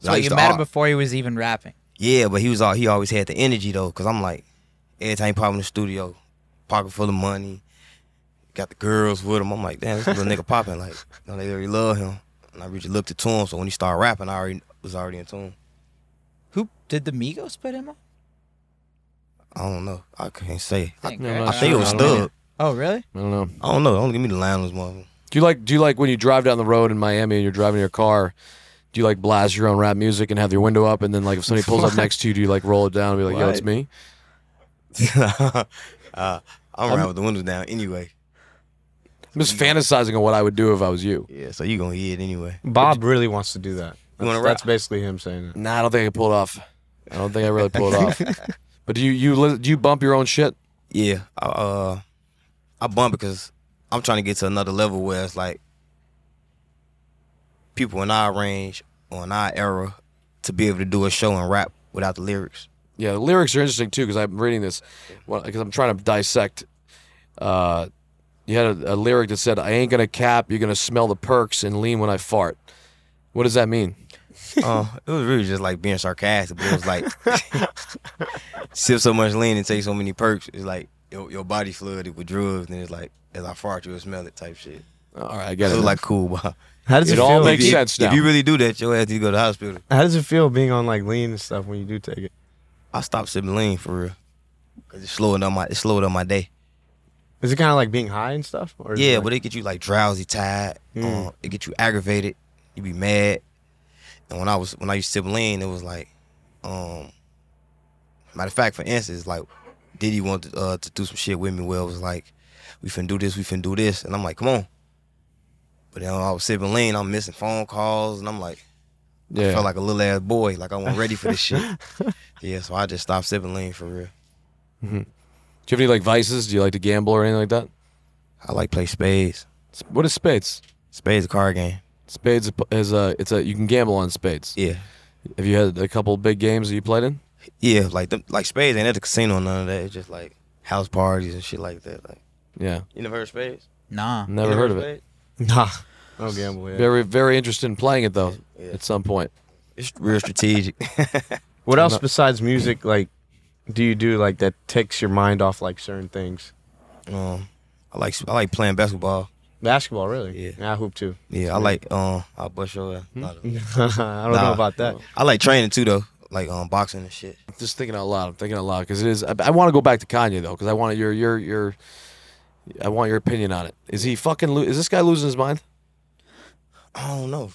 So I you used to met him ar- before he was even rapping. Yeah, but he was all he always had the energy though, cause I'm like, every time he pop in the studio, pocket full of money, got the girls with him. I'm like, damn, this little nigga popping like, you know, they really love him. And I really looked to him, so when he started rapping, I already was already in tune. Who did the Migos put him on? I don't know, I can't say. I, Think, no, right? I'm I not think it was I don't know. Thug. Oh, really? I don't know. I don't know. Don't give me the line was mother. Do you like do you like when you drive down the road in Miami and you're driving your car? Do you like blast your own rap music and have your window up, and then like if somebody [LAUGHS] pulls up next to you, do you like roll it down and be like, "Yo, it's What? me"? [LAUGHS] uh, I'm around with the windows down anyway. I'm just fantasizing on what I would do if I was you. Yeah, so you gonna hear it anyway. Bob really wants to do that. You wanna That's, rap? that's basically him saying it. Nah, I don't think I pulled off. I don't think I really pulled [LAUGHS] off. But do you you li- do you bump your own shit? Yeah, I, uh, I bump because I'm trying to get to another level where it's like people in our range or in our era to be able to do a show and rap without [LAUGHS] the lyrics. Yeah, the lyrics are interesting too because I'm reading this because I'm trying to dissect. Uh, you had a, a lyric that said, "I ain't gonna cap. You're gonna smell the perks and lean when I fart." What does that mean? Uh, it was really just like being sarcastic, but it was like [LAUGHS] sip so much lean and take so many perks. It's like your, your body flooded with drugs, and it's like as I fart, you'll smell it type shit. All right, I It get it. was like cool. but How does It it, all feel? makes if, sense now. If you really do that, your ass need to go to the hospital. How does it feel being on like lean and stuff when you do take it? I stopped sipping lean for real. Cause it's slowing down my it's slowing down my day. Is it kind of like being high and stuff? Or is Yeah, like- but it get you like drowsy, tired. Mm. Um, it get you aggravated. You be mad. And when I was when I used to sip lean, it was like, um, matter of fact, for instance, like Diddy wanted uh, to do some shit with me where it was like, we finna do this, we finna do this, and I'm like, come on. But then when I was sipping lean, I'm missing phone calls, and I'm like, I yeah. felt like a little ass boy, like I wasn't ready for this shit. Yeah, so I just stopped sipping lean for real. do you have any like vices? Do you like to gamble or anything like that? I like play spades. S- What is spades? Spades a card game. Spades is a it's a you can gamble on spades. Yeah. Have you had a couple big games that you played in? Yeah, like them, like spades ain't at the casino or none of that. It's just like house parties and shit like that. Like Yeah, you never heard of spades? Nah. You never heard of it. spades? Nah. I don't gamble. Yeah. Very very interested in playing it though. Yeah. At some point, It's real strategic. [LAUGHS] What else not- besides music, like, do you do like that takes your mind off like certain things? um, I like I like playing basketball. Basketball, really? Yeah. I hoop too. Yeah, I like um, I'll bust your ass. Hmm? Nah, [LAUGHS] I don't know Nah. about that. I like training too though, like um, boxing and shit. just thinking out loud. I'm thinking out loud because it is. I, I want to go back to Kanye though because I want your your your. I want your opinion on it. Is he fucking? Lo- is this guy losing his mind? I don't know.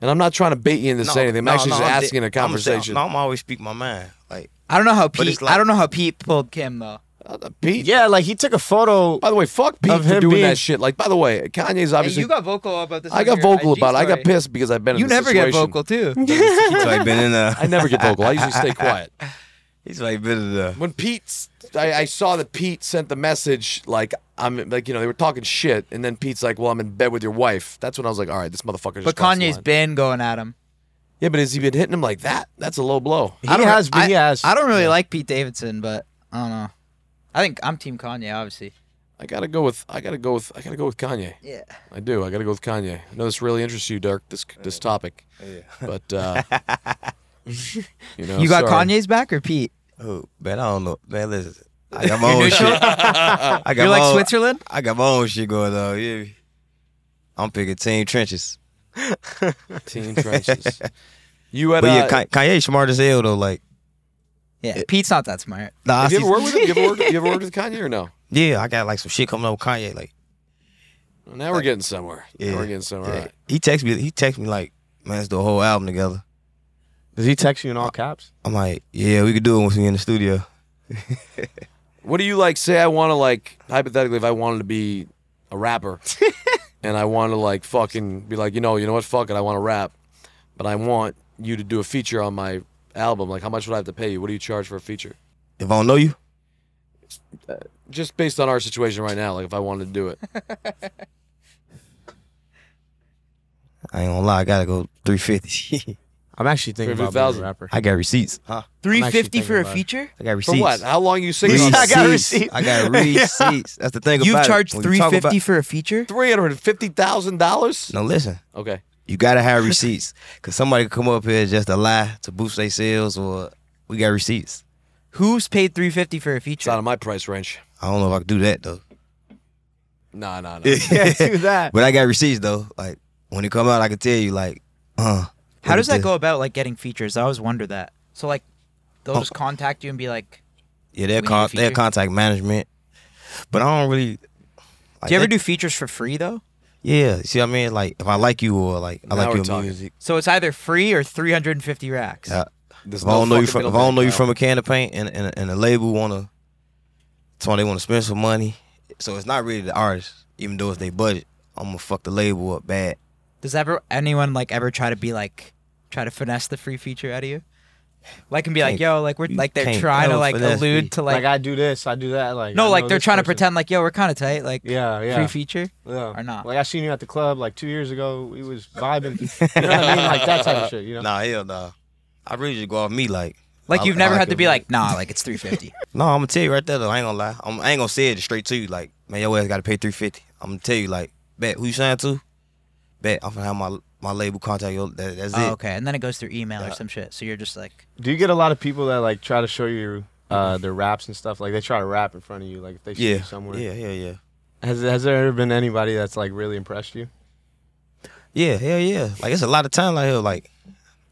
And I'm not trying to bait you into saying anything. I'm actually just I'm asking di- a conversation. I'm, saying- no, I'm always speak my mind. Like [LAUGHS] I don't know how But it's Pete. I like- don't know how Pete pulled Kim though. Uh, Pete. Yeah, like he took a photo. By the way, fuck Pete Of for him doing being- that shit. Like, by the way, Kanye's Hey, obviously. you got vocal about this. I on got your vocal IG about it. I got story. pissed because I've been. You in this never get situation. vocal too. he's like been in the. I never get vocal. I usually stay quiet. He's like been in the. When Pete, I, I saw that Pete sent the message like I'm like you know they were talking shit, and then Pete's like, "Well, I'm in bed with your wife." That's when I was like, "All right, this motherfucker." Just But crossed the Kanye's line." been going at him. Yeah, but has he been hitting him like that? That's a low blow. He I don't has know. been. I, he has. I don't really like Pete Davidson, but I don't know. I think I'm Team Kanye, obviously. I gotta go with. I gotta go with. I gotta go with Kanye. Yeah. I do. I gotta go with Kanye. I know this really interests you, Dirk. This this topic. Yeah. But uh, [LAUGHS] you know, you got sorry. Kanye's back or Pete? Oh man, I don't know. Man, listen. [LAUGHS] I got my own shit. I got You're my like own- Switzerland. I got my own shit going on. Yeah. I'm picking team trenches. Team trenches. You had. But uh, yeah, Ka- Kanye smart as hell though. Like, Yeah. Pete's not that smart. nah, I have you see- ever worked with him? You ever worked, you ever worked with Kanye or no? yeah, I got like some shit coming up with Kanye. Like, Well, Now we're getting somewhere. Yeah, Yeah. we're getting somewhere. All right. he texted me. He texted me like, man, let's do a whole album together. Does he text you in all caps? I'm like, yeah, we could do it once we in the studio. What do you like? Say I want to like hypothetically, if I wanted to be a rapper, and I want to like fucking be like, you know, you know what? Fuck it, I want to rap, but I want you to do a feature on my album. Like, how much would I have to pay you? What do you charge for a feature? If I don't know you, Just based on our situation right now, like if I wanted to do it, I ain't gonna lie. I gotta go 350. I'm actually thinking about being 300,000. a rapper. [LAUGHS] [LAUGHS] I got receipts. Huh? Three actually fifty for a thinking about it. feature? I got for receipts. what? How long you singing? Receipts. on I got [LAUGHS] receipts. receipts. That's the thing You've about it. charged When three you talk about- fifty for a feature? Three hundred fifty thousand dollars. No, listen. Okay. You gotta have receipts, [LAUGHS] cause somebody could come up here just to lie to boost their sales, or we got receipts. Who's paid three fifty for a It's out feature? of my price range. I don't know if I could do that though. Nah, nah, nah. [LAUGHS] do that. But I got receipts though. Like when it come out, I can tell you. Like, uh. How what does it that did. go about like getting features? I always wonder that. So like Oh. they'll just contact you and be like Yeah, they're need a con- they're feature? contact management. But I don't really. Like, Do you ever that- do features for free though? Yeah, see, what I mean, like if I like you or like I Now like we're your talking. music. So it's either free or three hundred and fifty racks. Yeah. There's If I don't know you fucking from if I middleman, don't know you pal. from a can of paint and and, and a label wanna, so they wanna spend some money. So it's not really the artist, even though it's their budget. I'm gonna fuck the label up bad. Does ever anyone like ever try to be like try to finesse the free feature out of you? Like and be like, Can't- yo, like we're you like they're can't trying to ever like finesse allude me. to Like, like, I do this, I do that. Like I no, like know they're this trying to person. pretend like yo, we're kind of tight, like Yeah, yeah. free feature. yeah. or not. Like I seen you at the club like two years ago. [LAUGHS] We was vibing. you know what I mean? Like that type of shit. You know. Nah, hell nah. I really just go off me like. Like I- you've I never like had to your be music. like, nah, like it's three [LAUGHS] fifty. No, I'm gonna tell you right there though. I ain't gonna lie. I'm, I ain't gonna say it straight to you. Like, man, your ass gotta pay three fifty. I'm gonna tell you like, bet who you signed to? Bet I'm gonna have my my label contact you. That, that's it. oh, okay, and then it goes through email or some shit. So you're just like, Do you get a lot of people that like try to show you uh, their raps and stuff? Like they try to rap in front of you. Like if they see Yeah. you somewhere. Yeah, yeah, yeah. Has Has there ever been anybody that's like really impressed you? Yeah, hell yeah. Like it's a lot of time like hell. Like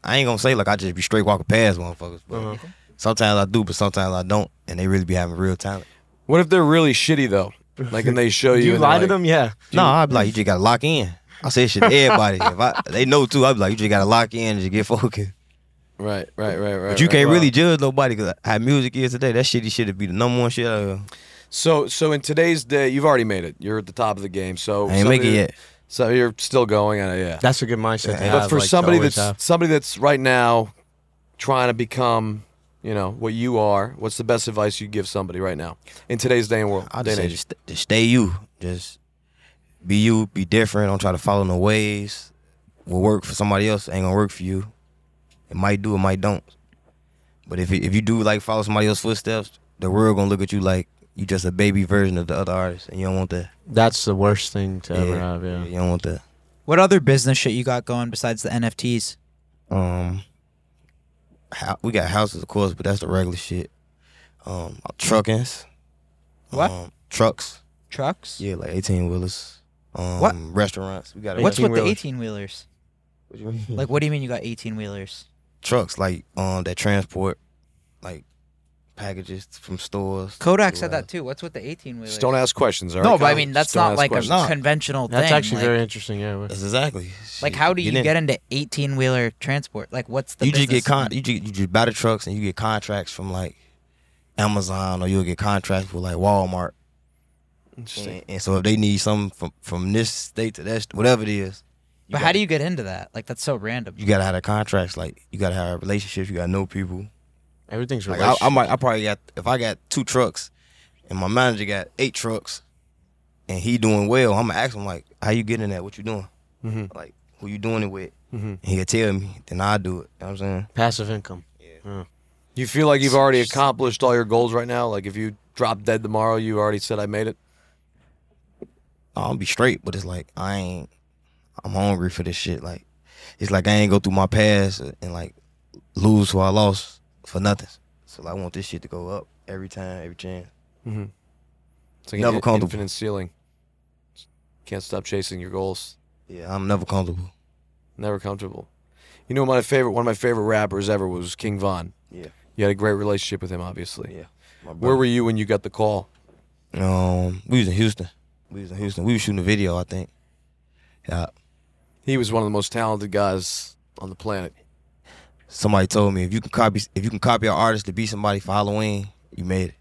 I ain't gonna say like I just be straight walking past motherfuckers, but sometimes I do, but sometimes I don't, and they really be having real talent. What if they're really shitty though? Like, and they show you. Do you and they're lie to like- them? Yeah. No, I'd be like, you just gotta lock in. I say shit to [LAUGHS] everybody. if I, they know too, I'd be like, you just gotta lock in and just get focused. Right, right, right, right. But you right. can't Wow. really judge nobody because how music is today. That shitty shit would be the number one shit. Out here. So, so in today's day, you've already made it. You're at the top of the game. So I ain't somebody make it that- yet. So you're still going. Uh, yeah. That's a good mindset. to Yeah, but have, for like, to somebody always that's have. somebody that's right now trying to become, you know, what you are. What's the best advice you give somebody right now in today's day and world? I day just and say age? just, just stay you. Just be you, be different. Don't try to follow no ways. What work for somebody else ain't gonna work for you. It might do, it might don't. But if if you do like follow somebody else's footsteps, the world gonna look at you like you just a baby version of the other artist, and you don't want that. That's the worst thing to ever have. Yeah. you don't want that. What other business shit you got going besides the NFTs? Um, how, we got houses, of course, but that's the regular shit. Um, truckings. What? Um, trucks. Trucks? Yeah, like eighteen wheelers. Um, What? Restaurants. We got. a- What's with the 18-wheelers. 18 wheelers? What you mean? Like, what do you mean you got 18 wheelers? trucks like um that transport like packages from stores. Kodak said that too. What's with the 18 wheelers? Just don't ask questions. all right, No, but I Kyle? mean, Just that's don't not ask like questions. a conventional That's thing. actually like, very interesting. Yeah. we- That's exactly. like, Shit. how do you Get in. get into 18 wheeler transport? Like, what's the you just get business- con. You just, you just buy the trucks and you get contracts from like Amazon or you'll get contracts with like Walmart. And, and so if they need something from from this state to that st- whatever it is, But how do you get into that? Like, that's so random. you gotta have the contracts. Like you gotta have relationships. You gotta know people. Everything's Like I, related. I might, I probably got if I got two trucks, and my manager got eight trucks, and he doing well. I'm gonna ask him like, how you getting that? What you doing? Mm-hmm. Like who you doing it with? And he'll tell me, then I do it. You know what I'm saying Passive income. You feel like you've already accomplished all your goals right now. Like if you drop dead tomorrow, you already said I made it. I'll be straight, but it's like I ain't. I'm hungry for this shit. Like it's like I ain't go through my past and like lose who I lost for nothing. So I want this shit to go up every time, every chance. It's like Never an in- comfortable. infinite ceiling. Can't stop chasing your goals. Yeah, I'm never comfortable. Never comfortable. You know, my favorite, one of my favorite rappers ever was King Von. Yeah, You had a great relationship with him, obviously. yeah. My brother. Where were you when you got the call? Um, we was in Houston. We was in Houston. We was shooting a video, I think. Yeah. He was one of the most talented guys on the planet. Somebody told me if you can copy if you can copy an artist to be somebody for Halloween, you made it.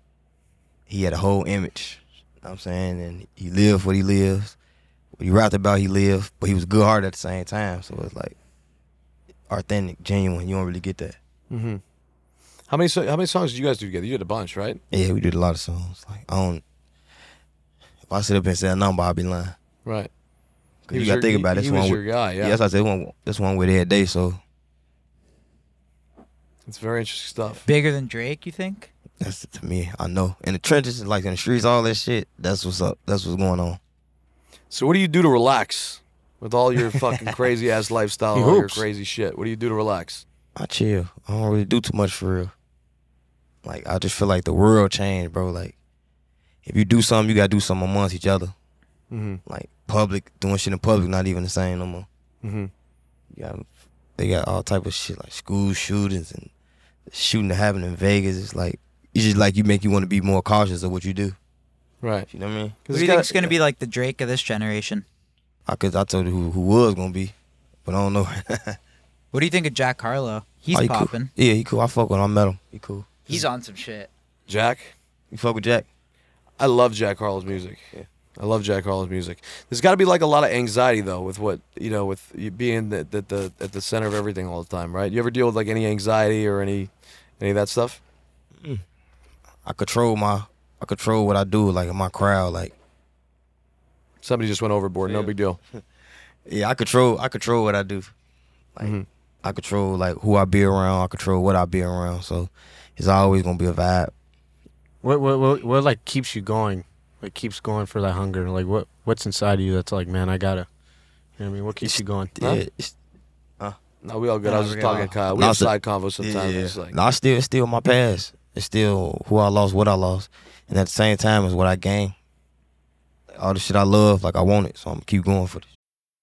He had a whole image. You know what I'm saying? And he lived what he lives. What he rapped about he lived, but he was good hearted at the same time. So it's like authentic, genuine. You don't really get that. How many so- how many songs did you guys do together? You did a bunch, right? Yeah, we did a lot of songs. Like I don't if I sit up and say a number, I'll be lying. Right. He Cause you was gotta your- think about it. he- That's he was one your with- guy, yeah. that's why I said it's one that's one way every day, so It's very interesting stuff. Bigger than Drake, you think? That's to me. I know. In the trenches, like in the streets, all that shit. That's what's up. That's what's going on. So what do you do to relax with all your [LAUGHS] fucking crazy ass lifestyle He and all your hoops. crazy shit? What do you do to relax? I chill. I don't really do too much for real. Like I just feel like the world changed, bro. Like if you do something, you gotta do something amongst each other. Like public doing shit in public, not even the same no more. Mhm. You got they got all type of shit like school shootings and shooting that happened in Vegas. It's like it's just like you make you want to be more cautious of what you do. Right. You know what I mean? Who do you think's going to be like the Drake of this generation? I cause I told you who who was gonna be, but I don't know. [LAUGHS] What do you think of Jack Harlow? He's Oh, he cool. popping. Yeah, he cool. I fuck with him. I met him. He cool. He's on some shit. Jack? You fuck with Jack? I love Jack Harlow's music. I love Jack Harlow's music. There's got to be like a lot of anxiety though with what you know with you being the, the, the at the center of everything all the time, right? You ever deal with like any anxiety or any any of that stuff? I control my, I control what I do. Like in my crowd, like Somebody just went overboard. No big deal. yeah, I control, I control what I do. Like Mm-hmm. I control like who I be around. I control what I be around. So it's always gonna be a vibe. What, what what what like keeps you going? Like keeps going for that hunger. Like what what's inside of you that's like, man, I gotta. You know what I mean? What keeps you going? Yeah, it's- No, we all good. I was we're just good. talking to Kyle. We Nah, have so- side convo sometimes. yeah. It's like no, I still, it's still my past. It's still who I lost, what I lost, and at the same time is what I gained. All the shit I love, like I want it, so I'm gonna keep going for this.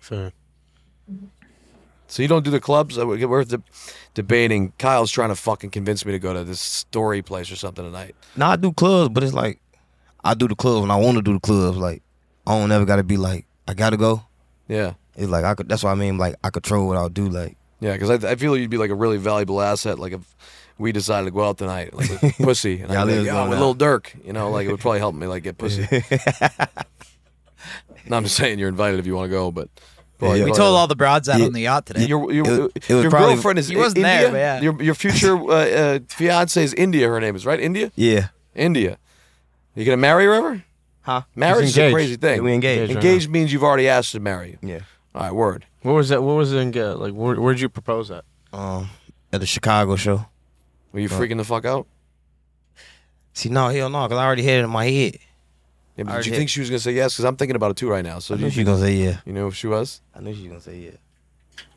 Fair. So you don't do the clubs? Uh, we- We're de- debating. Kyle's trying to fucking convince me to go to this story place or something tonight. No, I do clubs, but it's like I do the clubs when I want to do the clubs. Like I don't ever gotta be like I gotta go. Yeah. It's like I could. That's what I mean. Like I control what I'll do. Like Yeah, because I, I feel you'd be like a really valuable asset. Like if we decided to go out tonight, like [LAUGHS] with pussy, and Y'all I'd be is like, "Yo, going with out." Lil Dirk, you know, like it would probably help me [LAUGHS] like get pussy. no, I'm just saying you're invited if you want to go, but probably- Yeah, We probably- told all the broads that Yeah. on the yacht today. Your your, It was- it was your probably- girlfriend is He wasn't there, India? but yeah. Your your future uh, uh, fiance is India. Her name is right. India. yeah, India. You gonna marry her ever? huh? Marriage is a engaged. crazy Yeah, thing. we engaged. Engaged. right Engaged means you've already asked her to marry you. Yeah. All right, word. What was that? What was it? In, uh, like, where, where'd you propose at? Um, at the Chicago show. Were you freaking the fuck out? See, no, hell no, cause I already had it in my head. Yeah, but I did you did. think she was gonna say yes? Because I'm thinking about it too right now. So I do knew you, she gonna say yeah. you know if she was? I knew she was gonna say yeah.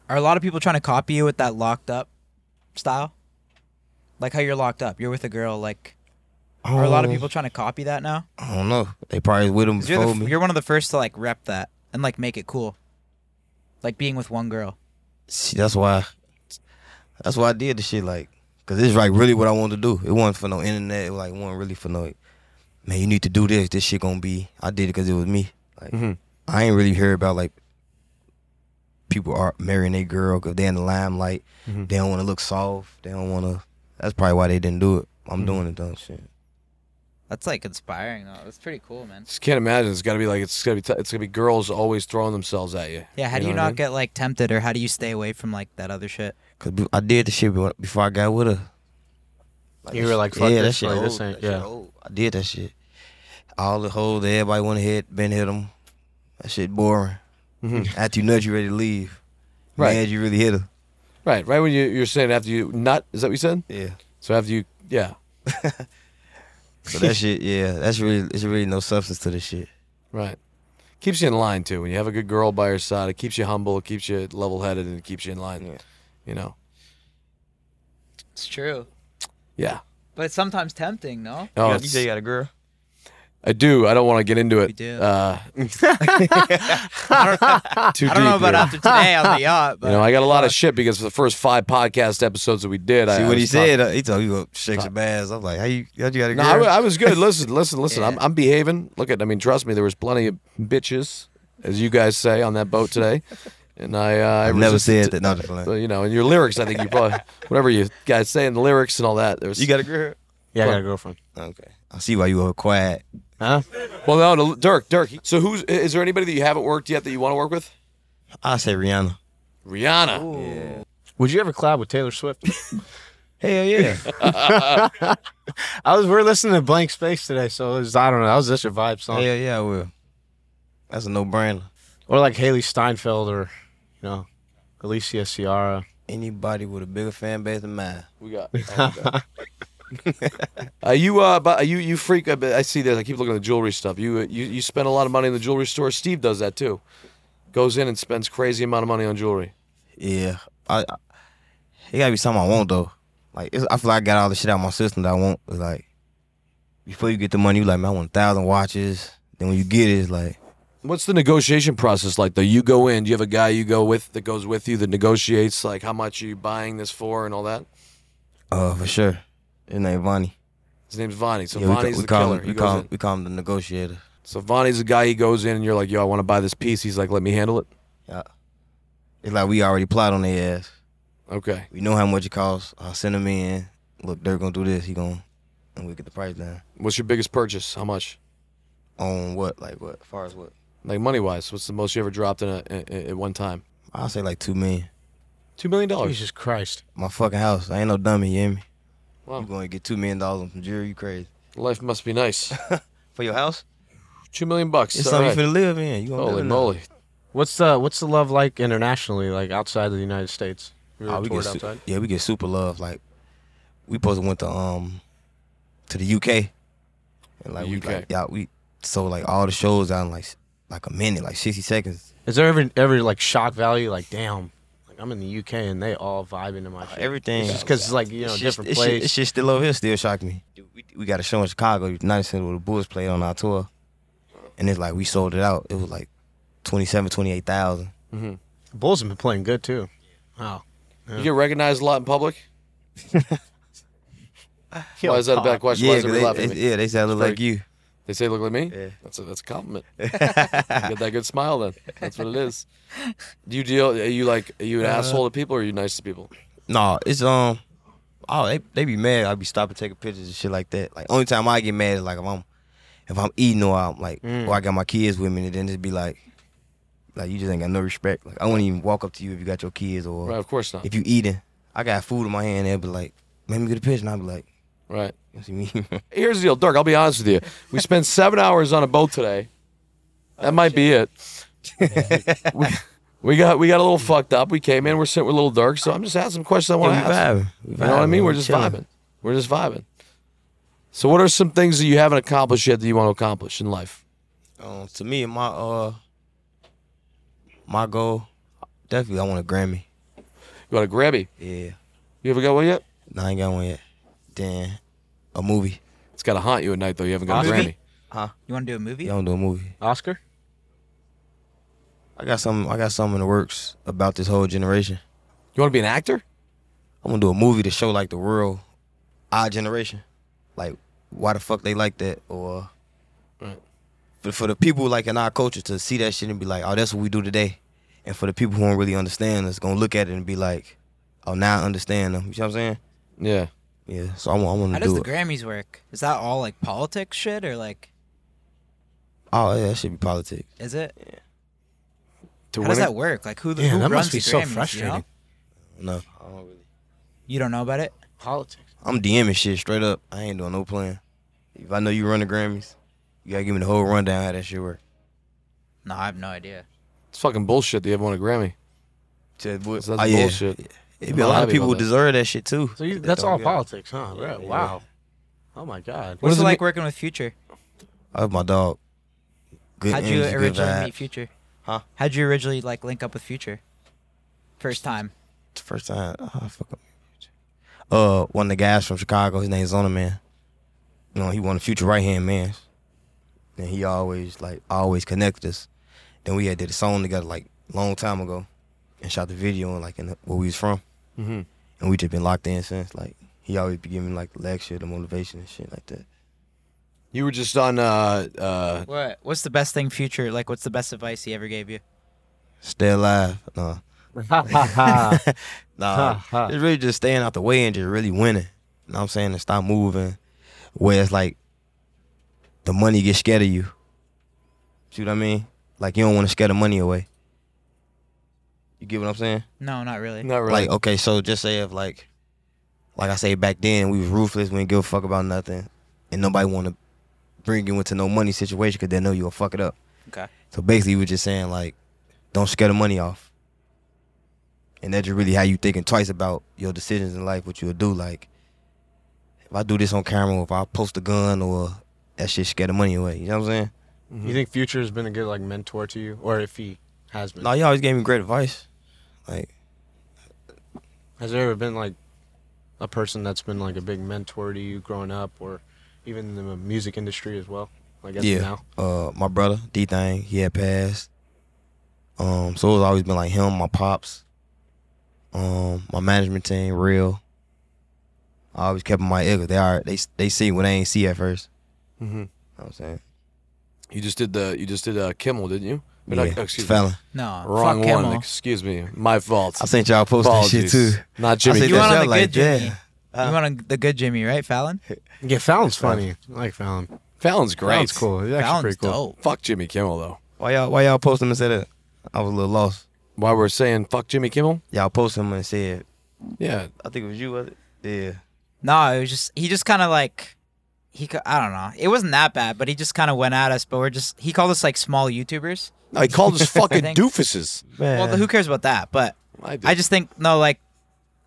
Are a lot of people trying to copy you with that locked up style? Like how you're locked up. You're with a girl. Like, are a lot of Um, people trying to copy that now? I don't know. They probably was with him 'Cause You're, before the, f- me. you're one of the first to like rep that and like make it cool. Like being with one girl. See, that's why. That's why I did the shit like, cause it's like really what I wanted to do. It wasn't for no internet. It was like wasn't really for no. Man, you need to do this. This shit gonna be. I did it cause it was me. Like Mm-hmm. Mhm. I ain't really heard about like people are marrying their girl cause they in the limelight. They don't want to look soft. They don't want to. That's probably why they didn't do it. I'm doing it though. Shit. That's like inspiring though. That's pretty cool, man. Just can't imagine. It's got to be like it's gonna be. T- it's gonna be girls always throwing themselves at you. Yeah. How do you know what I not mean? get like tempted or how do you stay away from like that other shit? Cause be- I did the shit be- before I got with her. You that were like, shit- fuck yeah, this, that shit like, old. this ain't- that shit yeah. old. I did that shit. All the hoes, everybody went ahead, been hit them. That shit boring. [LAUGHS] After you nudge, you ready to leave. Right. Mad, you really hit her. Right, right when you you're saying after you nut is that what you said? Yeah. So after you, yeah, So that shit, yeah, that's really, it's really no substance to this shit. right. Keeps you in line too. When you have a good girl by your side, it keeps you humble, it keeps you level headed, and it keeps you in line. Yeah. You know. It's true. Yeah. But it's sometimes tempting, no? Oh, you, got- you it's- say you got a girl? I do. I don't want to get into it. You do. [LAUGHS] Uh, [LAUGHS] too I don't know deep about here. after today on [LAUGHS] the yacht, but You know, I got a lot of shit because for the first five podcast episodes that we did, I See I what he was said? uh, he told you go shake some ass. I'm like, how you, how you got a No, girl? I, wa- I was [LAUGHS] good. Listen, listen, listen. I'm, Yeah. I'm behaving. Look at, I mean, trust me, there was plenty of bitches, as you guys say, on that boat [LAUGHS] today, and I, uh, I I never resisted- said that. No, just So, playing. you know, in your lyrics, I think you [LAUGHS] probably whatever you guys say in the lyrics and all that. There's you got a girl? Yeah, I got a girlfriend. Okay. I see why you were quiet. Huh? well, no, no, Dirk, Dirk. So who's is there anybody that you haven't worked yet that you want to work with? I say Rihanna. Rihanna. Would you ever collab with Taylor Swift? [LAUGHS] Hell yeah. I was we're listening to Blank Space today, so it was, I don't know. That was just a vibe song, [LAUGHS] Hell yeah, I will. That's a no brainer. or like Haley Steinfeld, or you know, Alicia Ciara. Anybody with a bigger fan base than mine. We got. oh, we got- [LAUGHS] are you uh, but are you you freak? I I see this. I keep looking at the jewelry stuff. You uh, you you spend a lot of money in the jewelry store. Steve does that too. Goes in and spends crazy amount of money on jewelry. Yeah, I, I it gotta be something I want though. Like it's, I feel like I got all the shit out of my system that I want. It's like before you get the money, you like, man, I want a thousand watches. Then when you get it, it's like, What's the negotiation process like though? You go in, do you have a guy you go with that goes with you that negotiates like how much are you buying this for and all that? uh, for sure. His name Vonnie. His name's Vonnie. So Yeah, we ca- Vonnie's we, the call killer. him He we goes call in. him, we call him the negotiator. So Vonnie's the guy. He goes in and you're like, "Yo, I want to buy this piece." He's like, "Let me handle it." Yeah. It's like we already plot on their ass. Okay. We know how much it costs. I'll send them in. Look, they're gonna do this. He gonna and we get the price down. What's your biggest purchase? How much? On what? Like what? As far as what? Like money wise, what's the most you ever dropped in a, a, a- at one time? I'll say like two million. Two million dollars. Jesus Christ! My fucking house. I ain't no dummy. You hear me? Wow. You going to get two million dollars on some jewelry? You crazy? [LAUGHS] Life must be nice. For your house? [LAUGHS] Two million bucks. It's all something you right. finna live in. You Oh, gonna Holy live moly! What's the what's the love like internationally, like outside of the United States? You In ever it. Oh, we toured get su- outside? yeah, we get super love. Like we supposed to went to um to the UK, and like we UK. like yeah we sold like all the shows out in like s- like a minute, like sixty seconds. Is there ever ever like shock value? Like, damn, like I'm in the UK and they all vibe into my shit. Uh, everything. It's just because like you know It's just- different it's just- place. It's just still over here, still shocked me. Dude, We, we got a show in Chicago, United Center, where the Bulls played on our tour, and it's like we sold it out. It was like 27, 28,000. Bulls have been playing good too. Wow. You get recognized a lot in public. Why is that a bad question? Why Yeah, is everybody 'cause they, laughing at they- me? yeah, they said I look very- like you. They say, "Look like me." Yeah. That's a that's a [LAUGHS] compliment. You get that good smile, then. That's what it is. Do you deal? Are you like? Are you Uh, an asshole to people, or are you nice to people? No, it's um. Oh, they they be mad. I be stopping taking pictures and shit like that. Like only time I get mad is like if I'm if I'm eating or I'm like Mm. or I got my kids with me and then just be like like you just ain't got no respect. Like I wouldn't even walk up to you if you got your kids or Right, of course [LAUGHS] not. if you eating. I got food in my hand and they be like, let me get a picture and I be like, Right. you see me? [LAUGHS] Here's the deal, Dirk. I'll be honest with you. We spent seven hours on a boat today. That Oh, might be it. [LAUGHS] we, we got we got a little fucked up. We came in. We're sitting with little Dirk. So I'm just asking questions I want to ask. You You know what I mean? We're just vibing. We're just vibing. So, what are some things that you haven't accomplished yet that you want to accomplish in life? Um, to me, my uh, my goal, definitely, I want a Grammy. You want a Grammy? Yeah, You ever got one yet? no, I ain't got one yet. Then a movie. It's got to haunt you at night, though. You haven't got a Oscar? Grammy. You want to do a movie? You don't do a movie. Oscar? I got some. I got something in the works about this whole generation. You want to be an actor? I'm gonna do a movie to show like the world, our generation, like why the fuck they like that, or Right. for, for the people like in our culture to see that shit and be like, oh, that's what we do today, and for the people who don't really understand us, gonna look at it and be like, oh, now I understand them. You see what I'm saying? Yeah. Yeah. So I want. I want How to does do the it. Grammys work? Is that all like politics shit or like Oh yeah, that should be politics. is it? To e- How win does it- that work? Like who, the Yeah, who that runs must the be so Grammys, you know? frustrating. No, You don't know about it? Politics. I'm DMing shit straight up. I ain't doing no plan. If I know you run the Grammys, you gotta give me the whole rundown how that shit work. No, I have no idea. It's fucking bullshit that you haven't won a Grammy. Said what- So that's oh, yeah. bullshit. It be a lot of Lobby people all who that. deserve that shit too. So you, That that's don't all get- politics, huh? Right, yeah. Wow. Oh my God. What's does it it like mean- working with Future? I was my dog. Good How'd you energy, good originally meet vibes. Future? Huh? How'd you originally like link up with Future? First time. First time. Oh, fuck up. Uh, one of the guys from Chicago. His name's Zonerman. You know, he won the future right hand man. And he always like always connected us. Then we had did a song together like long time ago, and shot the video and like in the, where we was from. Mhm. And we just been locked in since. Like he always be giving me like lecture, the motivation and shit like that. You were just on. Uh, uh, [LAUGHS] What what's the best thing Future like what's the best advice he ever gave you? Stay alive. Nah. [LAUGHS] Nah, Ha, ha. it's really just staying out the way and just really winning. You know what I'm saying? And stop moving. Where it's like the money gets scared of you. See what I mean? Like you don't want to scare the money away. You get what I'm saying? No, not really. not really. Like, oh, okay, so just say if like like I say back then we was ruthless, we didn't give a fuck about nothing. And nobody wanna bring you into no money situation because they know you'll fuck it up. Okay. So basically, you were just saying like, don't scare the money off, and that's just really how you thinking twice about your decisions in life, what you'll do. Like, if I do this on camera, or if I post a gun, or that shit scare the money away. You know what I'm saying? Mm-hmm. You think Future has been a good like mentor to you, or if he has been? No, you always gave me great advice. Like, Has there ever been like a person that's been like a big mentor to you growing up, or even in the music industry as well? Like as of yeah, now, uh, my brother D thing, he had passed. Um, so it's always been like him, my pops, um, my management team, real. I always kept my ear. 'cause They are they they see what they ain't see at first. Mhm. You know what I'm saying. You just did the. You just did uh, Kimmel, didn't you? Or not- Yeah, excuse me. Fallon. No. Wrong fuck one. Kimmel. Excuse me. My fault. I sent y'all post that shit Apologies. too. Not I Jimmy. sent You that want shit, on I the good like, Jimmy. yeah. you want on the good Jimmy, right, Fallon? yeah, Fallon's funny. I like Fallon. Fallon's great. Fallon's cool. He's actually Fallon's pretty cool. dope. Fuck Jimmy Kimmel though. Why y'all why y'all post him and say that? I was a little lost. Why we're saying fuck Jimmy Kimmel? Y'all post him and said Yeah. I think it was you, was it? Yeah. No, it was just he just kind of like he ca- I don't know. It wasn't that bad, but he just kind of went at us. But we're just he called us like small YouTubers. No, he called [LAUGHS] us fucking Thanks. doofuses. Man. Well, who cares about that? But I, did. I just think no, like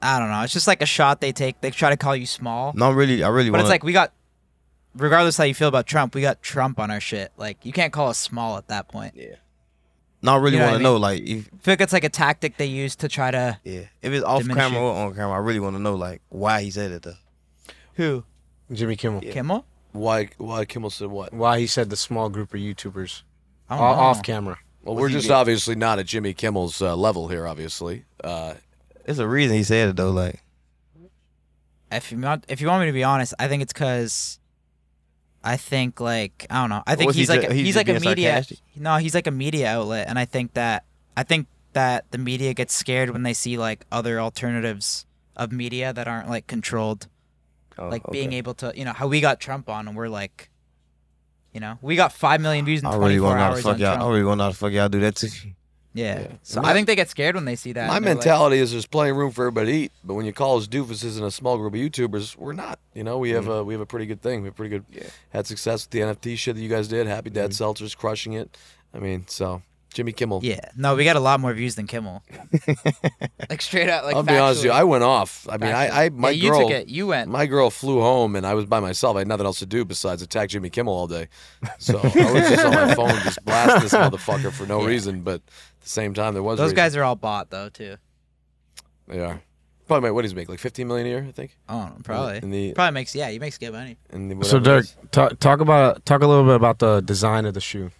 I don't know. It's just like a shot they take. They try to call you small, no, I'm really I really but want it's like we got. Regardless how you feel about Trump, we got Trump on our shit. Like you can't call us small at that point. no, I really you know wanna what I know, like if I feel like it's like a tactic they use to try to yeah. If it's off Diminish camera it. or on camera, I really wanna know like why he said it though. who Jimmy Kimmel. Kimmel. why? Why Kimmel said what? Why he said the small group of YouTubers I o- don't know. off camera. Well, we're just obviously not at Jimmy Kimmel's uh, level here. Obviously, uh, It's a reason he said it though, like if you want, if you want me to be honest, I think it's because I think like I don't know. I think was he he's like ju- a, he's he's, just like a being media. sarcastic? No, he's like a media outlet, and I think that I think that the media gets scared when they see like other alternatives of media that aren't like controlled, Oh, like okay. being able to you know how we got Trump on, and we're like, you know, we got five million views in I twenty really four want to know how the hours fuck on y'all. Trump. I really want to know how the fuck y'all do that too. yeah. so My- I think they get scared when they see that. My and they're like- mentality is there's plenty of room for everybody to eat, but when you call us doofuses and a small group of YouTubers, we're not. You know, we have a we have a pretty good thing. We have pretty good had success with the NFT shit that you guys did. Happy Dad Seltzer's crushing it. I mean, so Jimmy Kimmel. yeah, no, we got a lot more views than Kimmel. [LAUGHS] like straight out, like I'll be honest with you, factually. I went off. I mean, I, I Factually. my Yeah, you girl, took it. You went. My girl flew home, and I was by myself. I had nothing else to do besides attack Jimmy Kimmel all day. So I was just on my phone, just blast this motherfucker for no reason. But at the same time, there was Those reason. guys are all bot though too. They are. Probably, what does he make? Like 15 million a year, I think. I don't know, probably. in the- probably makes yeah, he makes good money. And the- So whatever it Dirk, is. talk, talk about talk a little bit about the design of the shoe,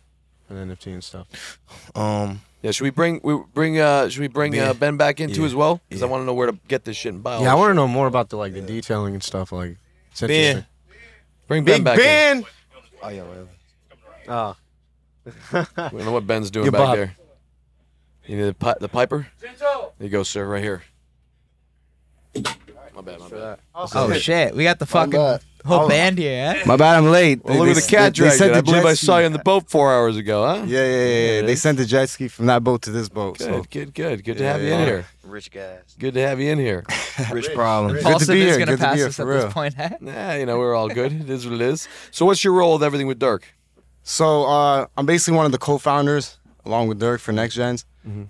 and NFT and stuff. Um, yeah, should we bring we bring uh should we bring Yeah. uh, Ben back in too Yeah. as well? Because I Yeah. want to know where to get this shit and buy. all yeah, I this want to shit. know more about the like the detailing and stuff. Like, it's interesting. bring Ben back. In. Oh yeah, whatever. Oh, We don't know what Ben's doing Your back Bob. there. You need the, pi- the piper. There you go, sir. Right here. My bad. My bad. Oh shit, we got the fucking whole band here. Eh? My bad, I'm late. Well, look at the cat they dragged sent it. I the believe jet I saw ski. you on the boat four hours ago, huh? Yeah, yeah, yeah. yeah. They sent the jet ski from that boat to this boat. Good, So good, good. Good to have you yeah. in here. Rich guys, [LAUGHS] Good to have you in here. rich problem. to Paulson be is here, gonna good to pass be here, us at for this real. point. eh? nah, you know, we're all good. [LAUGHS] It is what it is. So what's your role with everything with Dirk? So uh, I'm basically one of the co-founders, along with Dirk for Next Gens.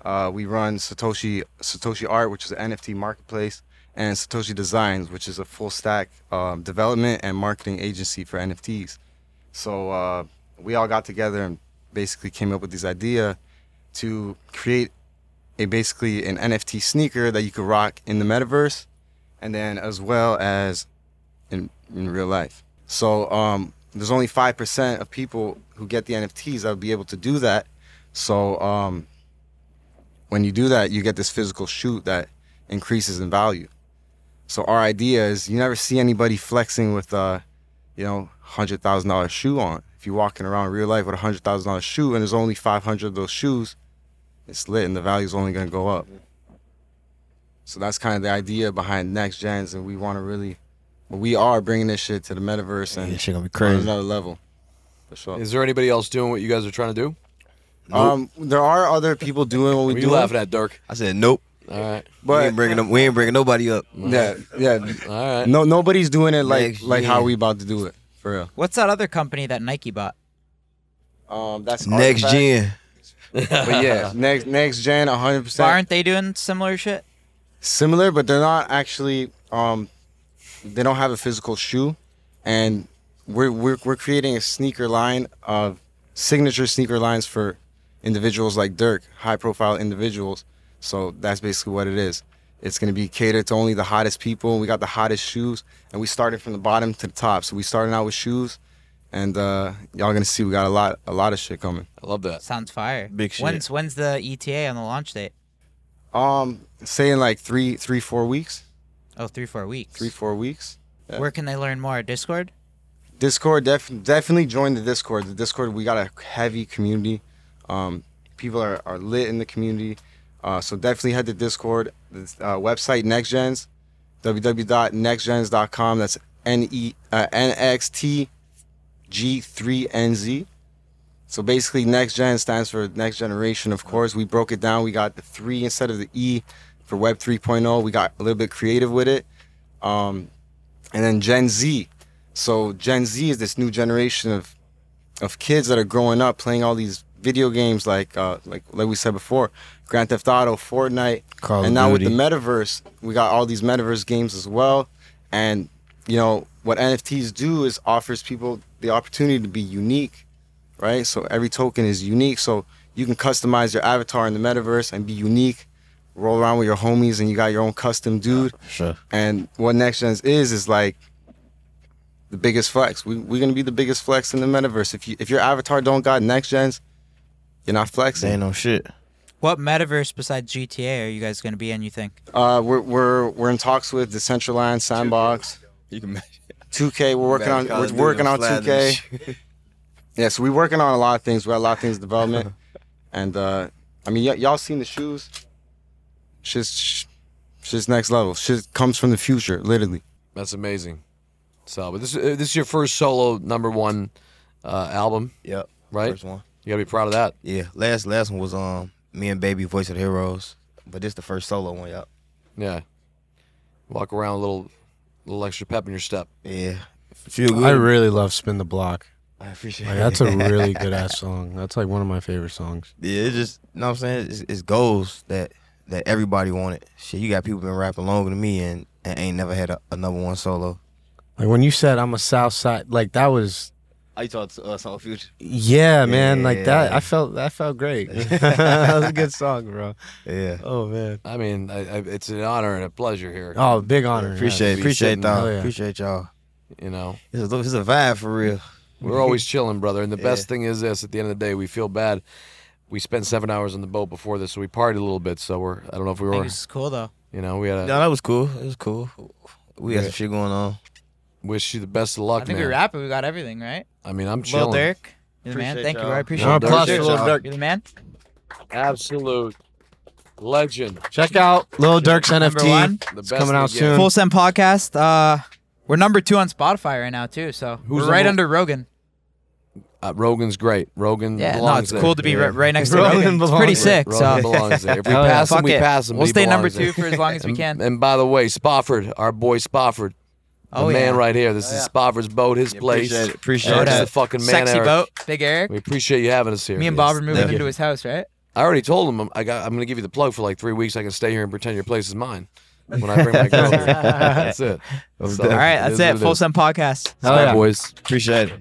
Uh, we run Satoshi Satoshi Art, which is an NFT marketplace, and Satoshi Designs, which is a full stack um, development and marketing agency for NFTs. So uh, we all got together and basically came up with this idea to create a basically an NFT sneaker that you could rock in the metaverse, and then as well as in, in real life. So um, there's only five percent of people who get the NFTs that would be able to do that. So um, when you do that, you get this physical shoot that increases in value. So our idea is you never see anybody flexing with a, you know, hundred thousand dollar shoe on. If you're walking around in real life with a hundred thousand dollar shoe and there's only five hundred of those shoes, it's lit and the value's only gonna go up. So that's kind of the idea behind next gens, and we want to really, well, we are bringing this shit to the metaverse and This shit gonna be on crazy. another level. For sure. Is there anybody else doing what you guys are trying to do? Um, there are other people doing what we What are do. you laughing at, Dirk? I said nope. All right. we But ain't bringing them. We ain't bringing nobody up. yeah, yeah. All right. No, nobody's doing it like Next like how gen. we about to do it for What's that other company that Nike bought? real. Um, that's Next Artifact, gen. But yeah, next next gen, hundred Why percent aren't they doing similar shit? similar, but they're not actually. Um, they don't have a physical shoe, and we're we're we're creating a sneaker line of signature sneaker lines for individuals like Dirk, high profile individuals. So that's basically what it is. It's gonna be catered to only the hottest people. We got the hottest shoes, and we started from the bottom to the top. So we started out with shoes, and uh, y'all gonna see we got a lot a lot of shit coming. I love that. Sounds fire. Big shit. When's when's the ETA on the launch date? Um, say in like three three four weeks, Oh, three four weeks. three four weeks. Where can they learn more? Discord. Discord, def- definitely join the Discord. The Discord, we got a heavy community. Um, people are, are lit in the community. Uh, so definitely head to Discord. The uh, website, NextGens, www.nextgens.com. That's N E uh, N X T G 3 N Z. So basically, next gen stands for next generation. Of course, we broke it down. We got the three instead of the E for Web 3.0. We got a little bit creative with it, um, and then Gen Z. So Gen Z is this new generation of of kids that are growing up playing all these video games like uh, like like we said before, Grand Theft Auto, Fortnite, Call of and now Duty. with the metaverse, we got all these metaverse games as well. And you know what NFTs do is offers people the opportunity to be unique right? So every token is unique. So you can customize your avatar in the metaverse and be unique. Roll around with your homies, and you got your own custom dude. Sure. And what Next Gens is is like the biggest flex. We we're gonna be the biggest flex in the metaverse. If you if your avatar don't got Next Gens, you're not They ain't flexing. no shit. What metaverse besides GTA are you guys gonna be in? You think? Uh, we're we're we're in talks with Decentraland, Sandbox. You can. 2K. We're working on we're working on 2K. [LAUGHS] Yeah, so we're working on a lot of things. We got a lot of things in development, and uh, I mean, y- y'all seen the shoes? Shit's sh- shit's next level. Shit comes from the future, literally. That's amazing. So, but this uh, this is your first solo number one uh, album, Yep. right? First one. You gotta be proud of that. Yeah. Last last one was um me and Baby Voice of the Heroes, but this the first solo one. Yep. Yeah. Walk around with a little little extra pep in your step. Yeah. Feel good. I really love Spin the Block. I appreciate Like, it. that's a really good ass song. That's like one of my favorite songs. Yeah, it's just you know what I'm saying. It's, it's goals that that everybody wanted. Shit, you got people been rapping longer than me and, and ain't never had a, a number one solo. Like when you said I'm a South Side, like that was I talked to us on Future. yeah, man. Like that, Yeah. I felt that felt [LAUGHS] great. [LAUGHS] that was a good song, bro. Yeah, Oh man. I mean, I, I, it's an honor and a pleasure here. Oh, big honor. yeah. appreciate be appreciate sitting- y'all. oh, yeah. Appreciate y'all. You know, It's a it's a vibe for real. [LAUGHS] we're always chilling, brother. And the best thing is this: at the end of the day, we feel bad. We spent seven hours on the boat before this, so we partied a little bit. So we're I don't know if we I think were, this is cool though. you know, we had No, to that was cool. It was cool. We had some shit going on. wish you the best of luck, I think man. we wrap it. We got everything right. I mean, I'm Lil chilling. Dirk, you're the man. Appreciate Thank you. y'all. I appreciate Round it. of applause for You're Lil Durk. the man. Absolute legend. Check out Lil Durk's Number one. NFT. The It's best coming out again. soon. Full Send Podcast. Uh, we're number two on Spotify right now too. So Who's we're right number- under Rogan. Uh, Rogan's great. Rogan. Yeah, no, belongs it's there. cool to be right, right next to Rogan Rogan. It's belongs pretty there. sick. Rogan So Oh, belongs [LAUGHS] there. If we Hell yeah. pass him, fuck we it. pass him. We'll He stay number belongs there. two for as long as [LAUGHS] we And, can. and by the way, Spofford, our boy Spofford, the Oh, man yeah. right here. This is Spofford's boat, his place. appreciate it. Appreciate Eric's it. the fucking man, Sexy Eric. boat, Big Eric. We appreciate you having us here. Me and Yes. Bob are moving Thank into you. his house, right? I already told him I'm, I got, I'm going to give you the plug for like three weeks. I can stay here and pretend your place is mine when I [LAUGHS] bring my girl here. That's it. So, All right, it that's is it. what Full is. Send Podcast. All right, yeah. boys. Appreciate it.